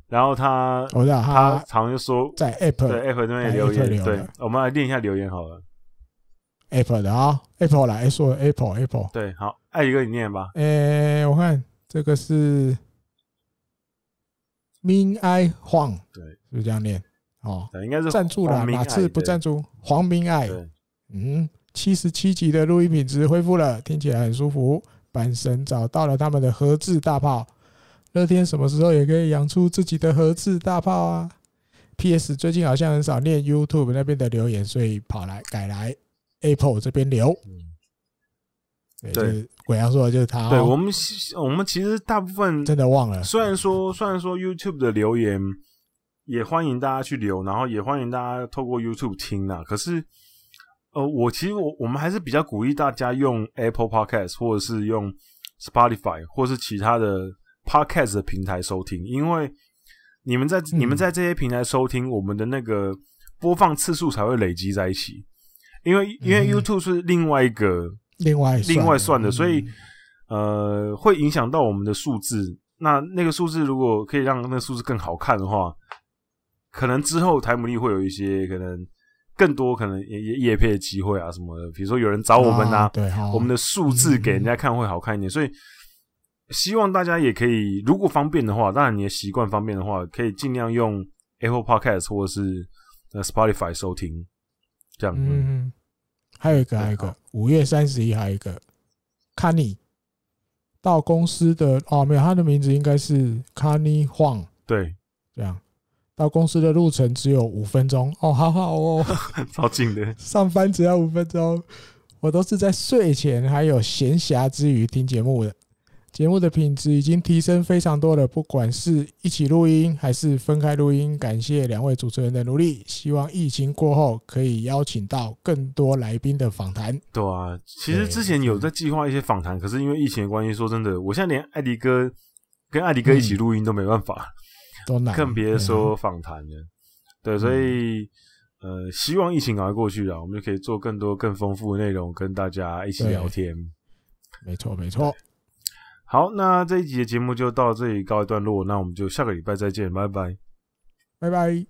然后他我知道他他常就说哦在对 App Apple 那边在也留 Apple 言，留对了，我们来念一下留言好了。 Apple 的啊，Apple 来说 Apple Apple。对，好，艾迪哥你念吧。诶、我看这个是 Min I 晃，对，是不是这样念？哦，对，应该是赞助黄啦，明哪爱次不对赞助？黄明爱，对，嗯，七十七集的录音品质恢复了，听起来很舒服。阪神找到了他们的合制大炮，乐天什么时候也可以养出自己的合制大炮啊？ PS 最近好像很少念 YouTube 那边的留言，所以跑来改来 Apple 这边留。对，嗯对就是鬼阳说的就是他哦、对我们希，我们其实大部分真的忘了。虽然说虽然说 YouTube 的留言也欢迎大家去留，然后也欢迎大家透过 YouTube 听啦。可是，呃，我其实我我们还是比较鼓励大家用 Apple Podcast 或者是用 Spotify 或是其他的 Podcast 的平台收听，因为你们在、嗯你们在这些平台收听，我们的那个播放次数才会累积在一起。因为因为嗯 YouTube 是另外一个另外算另外算的，嗯所以呃会影响到我们的数字。那那个数字如果可以让那个数字更好看的话，可能之后台姆利会有一些可能更多可能也也也配的机会啊什么的，比如说有人找我们啊，对哈，我们的数字给嗯人家看会好看一点，所以。希望大家也可以，如果方便的话，当然你的习惯方便的话，可以尽量用 Apple Podcast 或者是呃 Spotify 收听，这样。嗯，嗯，嗯还有一个，对还有一个好，五月三十一还有一个，康妮到公司的哦，没有，他的名字应该是康妮晃，对， 这样到公司的路程只有五分钟哦，好好哦，超近的。上班只要五分钟，我都是在睡前还有闲暇之余听节目的。节目的品质已经提升非常多了，不管是一起录音还是分开录音，感谢两位主持人的努力。希望疫情过后可以邀请到更多来宾的访谈。对啊，其实对之前有在计划一些访谈，可是因为疫情的关系，说真的，我现在连艾迪哥跟艾迪哥一起录音都没办法，都难，更别说访谈了。对，所以呃，希望疫情赶快过去啊，我们就可以做更多更丰富的内容，跟大家一起聊天。对啊没错没错，好，那这一集的节目就到这里告一段落，那我们就下个礼拜再见，拜拜。拜拜。